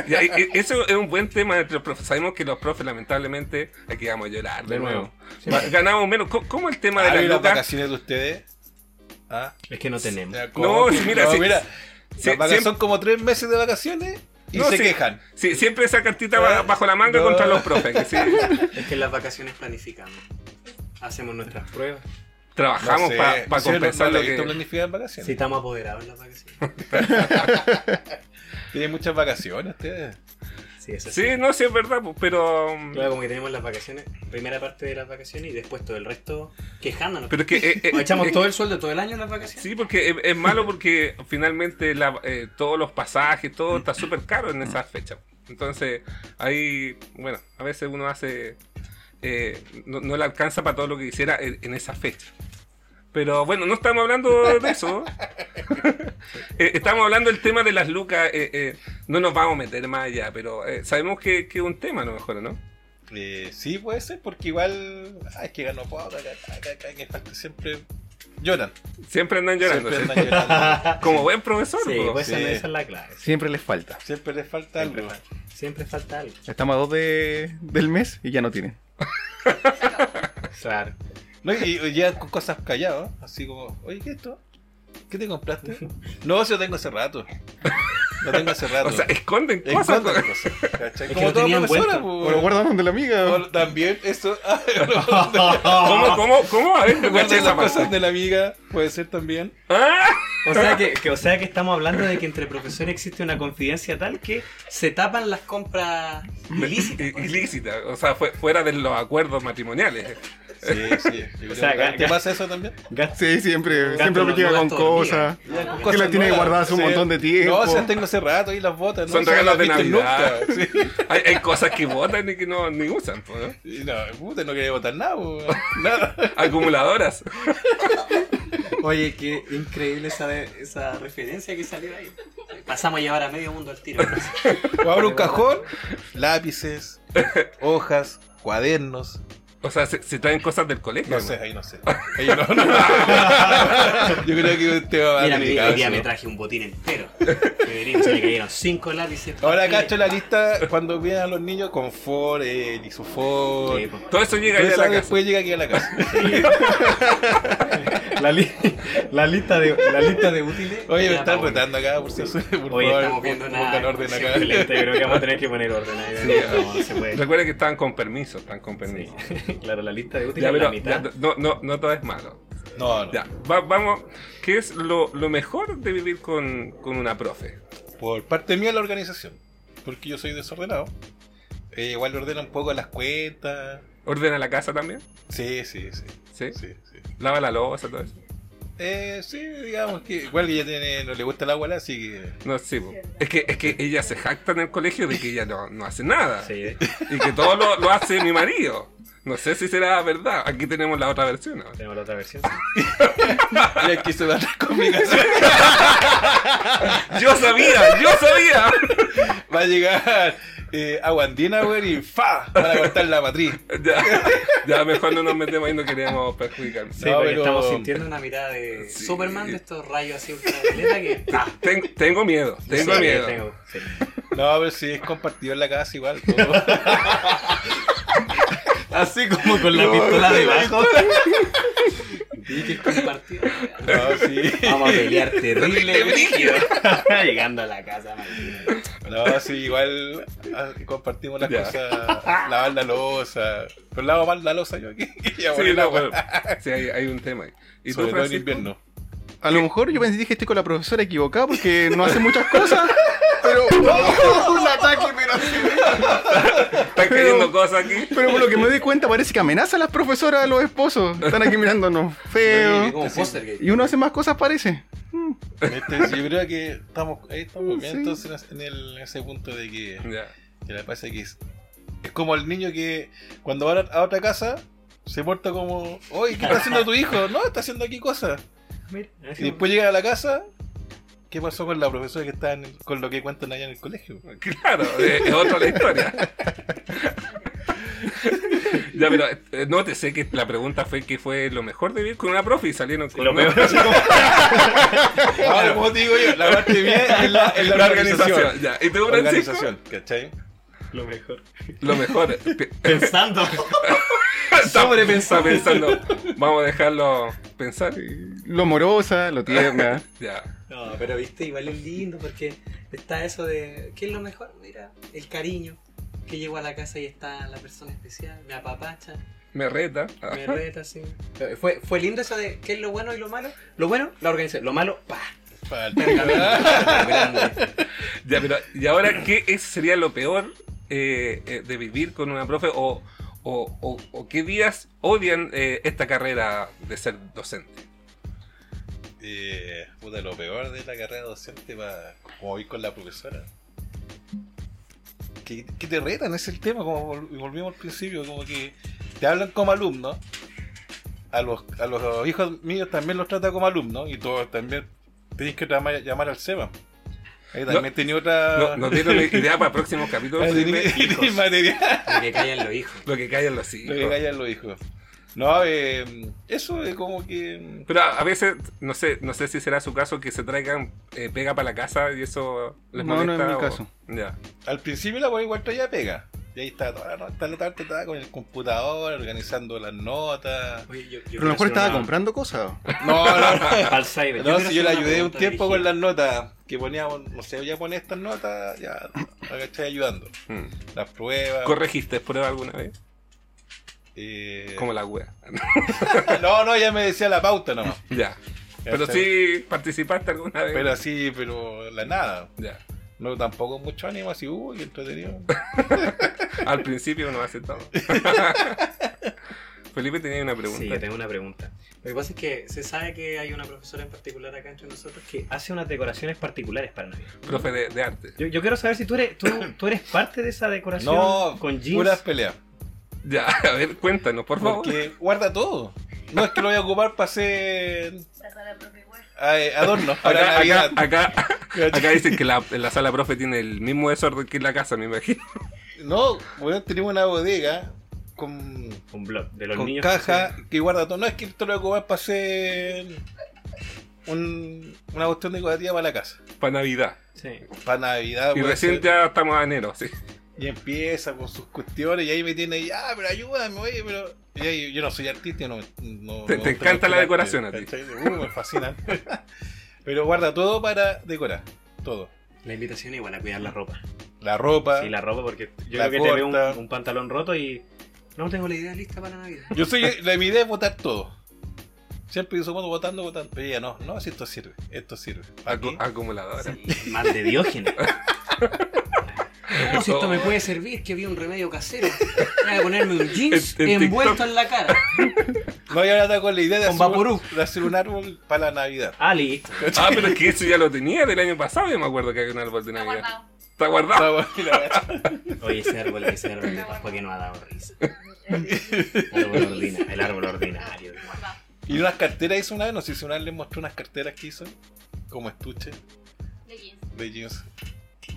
[SPEAKER 2] Ya, e- e- Eso es un buen tema entre los profes. Sabemos que los profes, lamentablemente, aquí vamos a llorar de
[SPEAKER 3] De
[SPEAKER 2] nuevo.
[SPEAKER 3] nuevo.
[SPEAKER 2] Va- Ganamos menos. Co- ¿Cómo el tema
[SPEAKER 4] Ah,
[SPEAKER 2] de
[SPEAKER 4] ¿y
[SPEAKER 2] las
[SPEAKER 4] las
[SPEAKER 2] lucas?
[SPEAKER 4] vacaciones de ustedes? ¿Ah?
[SPEAKER 3] Es que no tenemos.
[SPEAKER 4] Ya, ¿cómo?
[SPEAKER 2] sí, (laughs) mira, sí, sí,
[SPEAKER 4] las vacaciones
[SPEAKER 2] siempre-
[SPEAKER 4] son como tres meses de vacaciones y
[SPEAKER 2] No,
[SPEAKER 4] se
[SPEAKER 2] sí.
[SPEAKER 4] quejan.
[SPEAKER 2] Sí, siempre esa cartita va- bajo la manga
[SPEAKER 4] Ah. No.
[SPEAKER 2] contra los profes. que
[SPEAKER 4] (laughs)
[SPEAKER 2] sí,
[SPEAKER 3] Es que en las vacaciones planificamos. Hacemos nuestras pruebas.
[SPEAKER 2] trabajamos
[SPEAKER 4] No sé,
[SPEAKER 2] para
[SPEAKER 4] no sé,
[SPEAKER 2] compensar
[SPEAKER 4] no la
[SPEAKER 2] lo
[SPEAKER 4] he visto
[SPEAKER 2] que.
[SPEAKER 4] planificada en vacaciones.
[SPEAKER 3] Si estamos apoderados en las vacaciones.
[SPEAKER 4] Tienen muchas vacaciones ustedes.
[SPEAKER 3] (laughs) Sí, eso sí.
[SPEAKER 2] Sí, no, sí es verdad, pues, pero.
[SPEAKER 3] Claro, como que tenemos las vacaciones, primera parte de las vacaciones y después todo el resto quejándonos.
[SPEAKER 2] Pero es que. eh, eh,
[SPEAKER 3] Nos echamos
[SPEAKER 2] eh,
[SPEAKER 3] todo el sueldo todo el año en las vacaciones.
[SPEAKER 2] Sí, porque es, es malo porque finalmente la- eh, todos los pasajes, todo está súper caro en esas fechas. Entonces, ahí, bueno, a veces uno hace, eh, no, no le alcanza para todo lo que quisiera en, en esa fecha. Pero bueno, no estamos hablando de
[SPEAKER 4] (laughs)
[SPEAKER 2] eso. Eh, estamos hablando del tema de las lucas. eh, eh, no nos vamos a meter más allá, pero eh, sabemos que que es un tema a lo mejor, ¿no?
[SPEAKER 4] Eh, sí, puede ser, porque igual. Ah, es que ganó poco, acá, acá, acá, que falta siempre. Lloran.
[SPEAKER 2] Siempre andan llorando.
[SPEAKER 4] Siempre
[SPEAKER 2] ¿sí?
[SPEAKER 4] andan
[SPEAKER 2] (laughs)
[SPEAKER 4] llorando.
[SPEAKER 2] Como buen profesor.
[SPEAKER 3] Sí,
[SPEAKER 2] po.
[SPEAKER 3] pues
[SPEAKER 4] sí.
[SPEAKER 3] Esa, esa es la clave.
[SPEAKER 5] Siempre les falta.
[SPEAKER 4] Siempre les falta
[SPEAKER 5] Siempre
[SPEAKER 4] algo.
[SPEAKER 3] Siempre falta algo.
[SPEAKER 5] Estamos a dos de, del mes y ya no tienen.
[SPEAKER 3] Claro.
[SPEAKER 4] No, y, y llegan con cosas callados, así como, oye, ¿qué es esto? ¿Qué
[SPEAKER 2] (laughs)
[SPEAKER 4] te compraste? No, si lo tengo hace rato. Lo tengo hace rato.
[SPEAKER 2] O sea, esconden (laughs) cosas.
[SPEAKER 4] Encuentran cosas, ¿cachai?
[SPEAKER 3] Es que
[SPEAKER 4] Como
[SPEAKER 3] lo
[SPEAKER 4] toda
[SPEAKER 3] tenían
[SPEAKER 4] profesora,
[SPEAKER 3] envuelto.
[SPEAKER 5] O lo
[SPEAKER 4] po.
[SPEAKER 5] guardaron de la amiga.
[SPEAKER 4] O También eso. (laughs)
[SPEAKER 3] (laughs)
[SPEAKER 4] ah,
[SPEAKER 2] ¿Cómo, cómo, cómo? A ver,
[SPEAKER 4] lo
[SPEAKER 2] caché
[SPEAKER 4] guardan
[SPEAKER 2] esa
[SPEAKER 4] las
[SPEAKER 2] parte.
[SPEAKER 4] cosas de la amiga, puede ser también.
[SPEAKER 2] ¡Ah!
[SPEAKER 3] O sea que, que- o sea que estamos hablando de que entre profesores existe una confidencia tal que se tapan las compras ilícitas.
[SPEAKER 2] I- Ilícita, o sea, fue, fuera de los acuerdos matrimoniales.
[SPEAKER 4] Sí, sí. (laughs) yo
[SPEAKER 3] O sea,
[SPEAKER 4] creo que-
[SPEAKER 3] ga-
[SPEAKER 4] ¿Te
[SPEAKER 3] ga-
[SPEAKER 4] pasa eso también?
[SPEAKER 3] Gasto-
[SPEAKER 5] Sí, siempre.
[SPEAKER 3] gasto
[SPEAKER 5] Siempre me
[SPEAKER 3] no-
[SPEAKER 5] llega
[SPEAKER 3] no
[SPEAKER 5] con
[SPEAKER 3] gasto dormida.
[SPEAKER 5] cosas.
[SPEAKER 4] Ya, con
[SPEAKER 5] Que
[SPEAKER 4] cosas
[SPEAKER 5] las tiene
[SPEAKER 4] nuevas,
[SPEAKER 5] guardadas hace un
[SPEAKER 4] sí.
[SPEAKER 5] montón de tiempo.
[SPEAKER 4] No, o sea, tengo hace rato y las botas. ¿no?
[SPEAKER 2] Son
[SPEAKER 4] O sea,
[SPEAKER 2] regalos de
[SPEAKER 4] las viste
[SPEAKER 2] Navidad. (laughs)
[SPEAKER 4] nunca, sí.
[SPEAKER 2] Hay, hay cosas que votan y que no ni usan, po, ¿eh? ¿no?
[SPEAKER 4] Y No, puta, no quería botar nada, po, nada.
[SPEAKER 2] Acumuladoras.
[SPEAKER 3] Oye, qué increíble esa, de- esa referencia que salió ahí. Pasamos a llevar a medio mundo al tiro.
[SPEAKER 4] O abro un cajón, lápices, hojas, cuadernos.
[SPEAKER 2] O sea, se, se traen cosas del colegio.
[SPEAKER 4] No
[SPEAKER 2] ¿no? (laughs)
[SPEAKER 4] sé, ahí no sé.
[SPEAKER 3] (laughs)
[SPEAKER 4] Ahí no, no. Yo creo que un tema
[SPEAKER 3] Mira, mi-
[SPEAKER 4] delicado,
[SPEAKER 3] hoy día
[SPEAKER 4] ¿no?
[SPEAKER 3] me traje un botín entero. Me dirían, se me cayeron cinco lápices. Eh,
[SPEAKER 4] Ahora
[SPEAKER 3] papeles.
[SPEAKER 4] cacho la lista cuando vienen a los niños con Ford, eh, Lisuford.
[SPEAKER 3] Sí, pues, po.
[SPEAKER 2] Todo eso llega ahí a
[SPEAKER 4] Entonces,
[SPEAKER 2] la casa.
[SPEAKER 4] después llega aquí a la casa.
[SPEAKER 3] La, li- la lista de la lista de útiles.
[SPEAKER 4] Oye, me
[SPEAKER 3] Ya,
[SPEAKER 4] están
[SPEAKER 3] Paolo.
[SPEAKER 4] retando acá, por si por
[SPEAKER 3] Oye,
[SPEAKER 4] favor,
[SPEAKER 3] estamos viendo una
[SPEAKER 4] pongan orden
[SPEAKER 3] discusión
[SPEAKER 4] acá.
[SPEAKER 3] violenta, Yo creo que vamos a tener que poner orden ahí. ¿no? No, no se puede.
[SPEAKER 2] Recuerda que estaban con permiso, están con permiso.
[SPEAKER 3] Sí. Claro, la lista de útiles
[SPEAKER 2] Ya,
[SPEAKER 3] es la
[SPEAKER 2] pero
[SPEAKER 3] mitad.
[SPEAKER 2] ya, no, no, no todo es malo.
[SPEAKER 4] No, no.
[SPEAKER 2] Ya, va- vamos. ¿Qué es lo, lo mejor de vivir con, con una profe?
[SPEAKER 4] Por parte mía la organización. Porque yo soy desordenado. Eh, igual ordeno un poco las cuentas.
[SPEAKER 2] ¿Ordena la casa también?
[SPEAKER 4] Sí, sí, sí.
[SPEAKER 2] ¿Sí?
[SPEAKER 4] Sí, sí.
[SPEAKER 2] ¿Lava la losa, todo eso?
[SPEAKER 4] Eh, sí, digamos que igual que ya tiene, no le gusta la abuela, así que
[SPEAKER 2] No, sí. po. Es que, es que ella se jacta en el colegio de que ella no, no hace nada.
[SPEAKER 3] Sí,
[SPEAKER 2] Y que todo lo, lo hace mi marido. No sé si será verdad. Aquí tenemos la otra versión. ¿no?
[SPEAKER 3] tenemos la otra versión.
[SPEAKER 4] Mira que se va a dar complicación.
[SPEAKER 2] Yo sabía, yo sabía.
[SPEAKER 4] Va a llegar eh, Aguandina, güey, y ¡fa! Van a cortar la matriz.
[SPEAKER 2] Ya, ya mejor no nos metemos ahí, no queremos perjudicar.
[SPEAKER 3] Sí,
[SPEAKER 4] No,
[SPEAKER 3] porque
[SPEAKER 4] pero-
[SPEAKER 3] estamos sintiendo una mirada de
[SPEAKER 2] Sí.
[SPEAKER 3] Superman de estos rayos así ultravioleta que. ¡Ah!
[SPEAKER 2] Ten- tengo miedo, tengo
[SPEAKER 3] Sí,
[SPEAKER 2] miedo.
[SPEAKER 3] tengo, sí.
[SPEAKER 4] No, pero si es compartido en la casa igual. todo.
[SPEAKER 3] Así como con la pistola debajo. Dije que es compartido. (laughs)
[SPEAKER 4] No, sí.
[SPEAKER 3] Vamos a pelear terrible,
[SPEAKER 2] brígido.
[SPEAKER 3] Llegando a la casa, maldito.
[SPEAKER 4] No, sí, igual ah, compartimos las
[SPEAKER 2] Ya.
[SPEAKER 4] cosas. Lavar la losa. Pero lavo mal la losa yo aquí. (laughs) ya,
[SPEAKER 2] Sí,
[SPEAKER 4] bueno,
[SPEAKER 2] no,
[SPEAKER 4] la
[SPEAKER 2] bueno,
[SPEAKER 4] bueno,
[SPEAKER 2] sí, hay, hay un tema ahí. ¿Y tú,
[SPEAKER 4] Sobre todo en
[SPEAKER 2] Francisco?
[SPEAKER 4] invierno.
[SPEAKER 5] A lo mejor yo pensé que estoy con la profesora equivocada porque no hace muchas cosas. Pero. (laughs) Un ataque, pero
[SPEAKER 2] Están cayendo cosas aquí.
[SPEAKER 5] Pero por lo que me doy cuenta, parece que amenaza a las profesoras a los esposos. Están aquí mirándonos
[SPEAKER 3] (laughs)
[SPEAKER 5] feo.
[SPEAKER 3] Como Foster Gate.
[SPEAKER 5] Y uno hace más cosas, parece.
[SPEAKER 4] Este, yo creo que estamos, ahí estamos bien
[SPEAKER 5] Sí.
[SPEAKER 4] entonces en, el- en ese punto de que,
[SPEAKER 2] Ya.
[SPEAKER 4] que la pasa que es, es como el niño que cuando va a otra casa se porta como, oye, ¿qué está haciendo tu hijo? No, está haciendo aquí cosas.
[SPEAKER 3] Mira, así
[SPEAKER 4] Y después llega a la casa, ¿qué pasó con la profesora que está en el- con lo que
[SPEAKER 2] (laughs)
[SPEAKER 4] cuentan
[SPEAKER 2] eh,
[SPEAKER 4] allá en el colegio?
[SPEAKER 2] Claro, es, es otra la historia. Ya, pero eh, nótese que la pregunta fue que fue lo mejor de vivir con una profe y salieron con
[SPEAKER 4] Lo
[SPEAKER 2] una-
[SPEAKER 4] peor así como- Ahora, como te digo yo, la parte bien es la, es la
[SPEAKER 2] la organización. Ya. ¿Y tú, Francisco?
[SPEAKER 4] Organización, ¿cachai?
[SPEAKER 6] Lo mejor.
[SPEAKER 2] Lo mejor. Pi-
[SPEAKER 3] (laughs)
[SPEAKER 6] Pensando.
[SPEAKER 2] Está está pensando. Vamos a dejarlo pensar.
[SPEAKER 5] Lo amorosa, lo tierna.
[SPEAKER 2] Ya.
[SPEAKER 3] No, pero viste, igual es lindo porque está eso de. ¿Qué es lo mejor? Mira, el cariño. Que llego a la casa y está la persona especial, me apapacha,
[SPEAKER 2] Me reta.
[SPEAKER 3] me reta, así. Eh, Fue, fue lindo eso de qué es lo bueno y lo malo.
[SPEAKER 6] Lo bueno, la organización. Lo malo, pa.
[SPEAKER 2] Ya, pero, ¿y ahora qué es- sería lo peor eh, eh, de vivir con una profe? ¿O, o, o- o qué días odian eh, esta carrera de ser docente?
[SPEAKER 4] Eh, puta, lo peor de la carrera docente va como ir con la profesora. Que, que te retan, es el tema, como vol- volvimos al principio, como que te hablan como alumno. A los, a los hijos míos también los trata como alumnos y todos también tenés que llamar, llamar al SEMA. Ahí también
[SPEAKER 2] No,
[SPEAKER 4] tenía otra...
[SPEAKER 2] No, nos
[SPEAKER 4] (laughs)
[SPEAKER 2] dieron idea para próximos capítulos.
[SPEAKER 4] Ahí tenía-
[SPEAKER 2] Felipe,
[SPEAKER 4] (laughs) tenía material.
[SPEAKER 3] que callan los hijos.
[SPEAKER 2] lo que callan los hijos.
[SPEAKER 4] Lo que Gallar lo dijo. No, eh, eso es como que.
[SPEAKER 2] Pero a a veces, no sé, no sé si será su caso que se traigan eh, pega para la casa y eso les
[SPEAKER 5] No, no
[SPEAKER 2] molesta.
[SPEAKER 5] es mi
[SPEAKER 2] o-
[SPEAKER 5] caso.
[SPEAKER 2] Ya.
[SPEAKER 4] Al principio la voy igual ya pega. Y ahí está toda la, no- toda la tarde estaba con el computador, organizando las notas.
[SPEAKER 3] Oye, yo,
[SPEAKER 5] Pero a lo mejor estaba comprando cosas.
[SPEAKER 4] (laughs) No, no, no.
[SPEAKER 6] Al cyber.
[SPEAKER 4] No,
[SPEAKER 6] quiero
[SPEAKER 4] si yo le
[SPEAKER 6] hacer una
[SPEAKER 4] ayudé un
[SPEAKER 6] pregunta
[SPEAKER 4] tiempo con
[SPEAKER 6] dirigida.
[SPEAKER 4] las notas. Que poníamos, no sé, ya poner estas notas, ya la cachai ayudando.
[SPEAKER 2] Mm.
[SPEAKER 4] Las pruebas.
[SPEAKER 2] ¿Corregiste prueba alguna vez?
[SPEAKER 4] eh,
[SPEAKER 2] Como la wea.
[SPEAKER 4] (laughs)
[SPEAKER 2] (laughs)
[SPEAKER 4] No, no, ya me decía la pauta (laughs) nomás.
[SPEAKER 2] ya. Pero
[SPEAKER 4] sé.
[SPEAKER 2] sí participaste alguna vez.
[SPEAKER 4] Pero así, pero la nada.
[SPEAKER 2] Ya.
[SPEAKER 4] No, tampoco mucho ánimo, así, uy, qué entretenido.
[SPEAKER 2] Al principio no hace
[SPEAKER 4] (laughs)
[SPEAKER 2] todo. Felipe tenía una pregunta.
[SPEAKER 6] Sí, yo tengo una pregunta.
[SPEAKER 3] Lo que pasa es que se sabe que hay una profesora en particular acá entre nosotros que.
[SPEAKER 6] Hace unas decoraciones particulares para Navidad.
[SPEAKER 2] Profe de, de arte.
[SPEAKER 6] Yo, yo quiero saber si
[SPEAKER 4] (coughs)
[SPEAKER 6] tú eres, tú, tú eres parte de esa decoración
[SPEAKER 4] No,
[SPEAKER 6] con jeans.
[SPEAKER 4] puras peleas.
[SPEAKER 2] Ya, (laughs) a ver, cuéntanos, por favor.
[SPEAKER 4] Porque guarda todo. No es que lo voy a ocupar para hacer
[SPEAKER 7] Saca la propia web.
[SPEAKER 4] eh, adornos para
[SPEAKER 2] Acá,
[SPEAKER 4] Navidad.
[SPEAKER 2] acá, acá, acá dicen que la, la sala profe tiene el mismo desorden que en la casa, me imagino. (laughs)
[SPEAKER 4] No, bueno, tenemos una bodega con,
[SPEAKER 6] Un blog de los
[SPEAKER 4] con
[SPEAKER 6] niños.
[SPEAKER 4] caja que guarda todo. No es que esto lo voy a ocupar para hacer un- una cuestión decorativa para la casa.
[SPEAKER 2] Para Navidad.
[SPEAKER 6] Sí.
[SPEAKER 4] Para Navidad.
[SPEAKER 2] Y
[SPEAKER 4] Ah, puede
[SPEAKER 2] recién
[SPEAKER 4] ser.
[SPEAKER 2] ya estamos a enero, sí.
[SPEAKER 4] Y empieza con sus cuestiones y ahí me tiene ahí, ah, pero ayúdame, oye, pero... Y ahí, yo no soy artista, y no... no
[SPEAKER 2] Te-
[SPEAKER 4] no
[SPEAKER 2] te
[SPEAKER 4] me gusta
[SPEAKER 2] encanta la
[SPEAKER 4] mezclar,
[SPEAKER 2] decoración a ti.
[SPEAKER 4] ¿cachai? Uh, me fascina. (laughs) pero guarda todo para decorar, todo.
[SPEAKER 6] La invitación igual a cuidar la ropa.
[SPEAKER 4] La ropa.
[SPEAKER 6] Sí, la ropa, porque yo
[SPEAKER 4] La
[SPEAKER 6] creo que te veo
[SPEAKER 4] corta.
[SPEAKER 6] un, un pantalón roto y. No tengo la idea lista para Navidad.
[SPEAKER 4] Yo soy, la, mi idea es votar todo. Siempre yo supongo votando, votando. Pero ella no, no, si esto sirve, esto sirve. ¿Para
[SPEAKER 2] Acu-
[SPEAKER 4] qué?
[SPEAKER 2] acumuladora.
[SPEAKER 6] Más
[SPEAKER 4] (laughs)
[SPEAKER 6] de Diógenes.
[SPEAKER 3] (laughs) No, si esto me puede servir, que vi un remedio casero. Voy a ponerme un jeans
[SPEAKER 2] En- en
[SPEAKER 3] envuelto
[SPEAKER 2] TikTok.
[SPEAKER 3] en la cara.
[SPEAKER 4] No, y ahora está con la idea de
[SPEAKER 3] Con
[SPEAKER 4] hacer, un,
[SPEAKER 3] Vaporú.
[SPEAKER 4] de hacer un árbol para la Navidad.
[SPEAKER 2] (laughs)
[SPEAKER 6] Ah, listo.
[SPEAKER 2] Ah, pero es que eso ya lo tenía del año pasado, yo me acuerdo que había un árbol de
[SPEAKER 7] Está
[SPEAKER 2] Navidad.
[SPEAKER 7] guardado.
[SPEAKER 2] Está guardado.
[SPEAKER 6] Oye, ese árbol, ese árbol de Pascua que no ha dado risa. El árbol, ordina- el árbol ordinario.
[SPEAKER 7] Guardado.
[SPEAKER 4] y unas carteras hizo una vez, no sé si una vez les mostró unas carteras que hizo, como estuche
[SPEAKER 7] De jeans.
[SPEAKER 4] de jeans.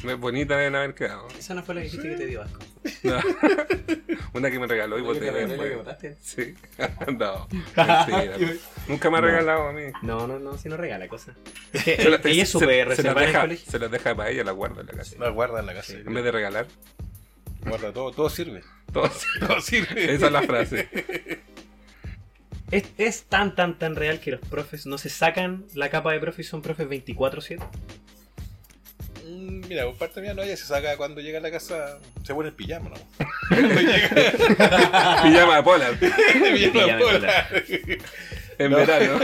[SPEAKER 2] No es bonita deben haber quedado.
[SPEAKER 3] Esa no fue la que dijiste que te dio asco.
[SPEAKER 2] No. (laughs) Una que me regaló y
[SPEAKER 3] ¿La que
[SPEAKER 2] boté
[SPEAKER 3] te regalé, la que
[SPEAKER 2] después.
[SPEAKER 3] botaste?
[SPEAKER 2] Sí. (laughs) No. mentira. pues. Nunca me ha
[SPEAKER 6] No.
[SPEAKER 2] regalado a mí.
[SPEAKER 6] No, no, no, si no regala cosas.
[SPEAKER 4] (laughs)
[SPEAKER 6] Es que
[SPEAKER 2] Se la-
[SPEAKER 6] ella es
[SPEAKER 2] se-
[SPEAKER 6] súper
[SPEAKER 2] se las
[SPEAKER 6] reservada en el
[SPEAKER 2] deja,
[SPEAKER 6] colegio.
[SPEAKER 2] se las deja para ella, la guarda en la casa.
[SPEAKER 4] La guarda en la casa.
[SPEAKER 2] En vez de regalar,
[SPEAKER 4] Guarda todo, todo sirve. (laughs)
[SPEAKER 2] todo.
[SPEAKER 4] Todo sirve.
[SPEAKER 2] Esa es la frase.
[SPEAKER 6] Es, es tan, tan, tan real que los profes no se sacan la capa de profe y son profes 24-7.
[SPEAKER 4] Mm, Mira, por parte mía no, ella se saca cuando llega a la casa, se pone el
[SPEAKER 6] (laughs)
[SPEAKER 4] pijama, ¿no? Cuando llega,
[SPEAKER 2] Pijama de polar.
[SPEAKER 4] pijama
[SPEAKER 6] Pijama polar.
[SPEAKER 4] polar.
[SPEAKER 2] En
[SPEAKER 4] No.
[SPEAKER 2] verano.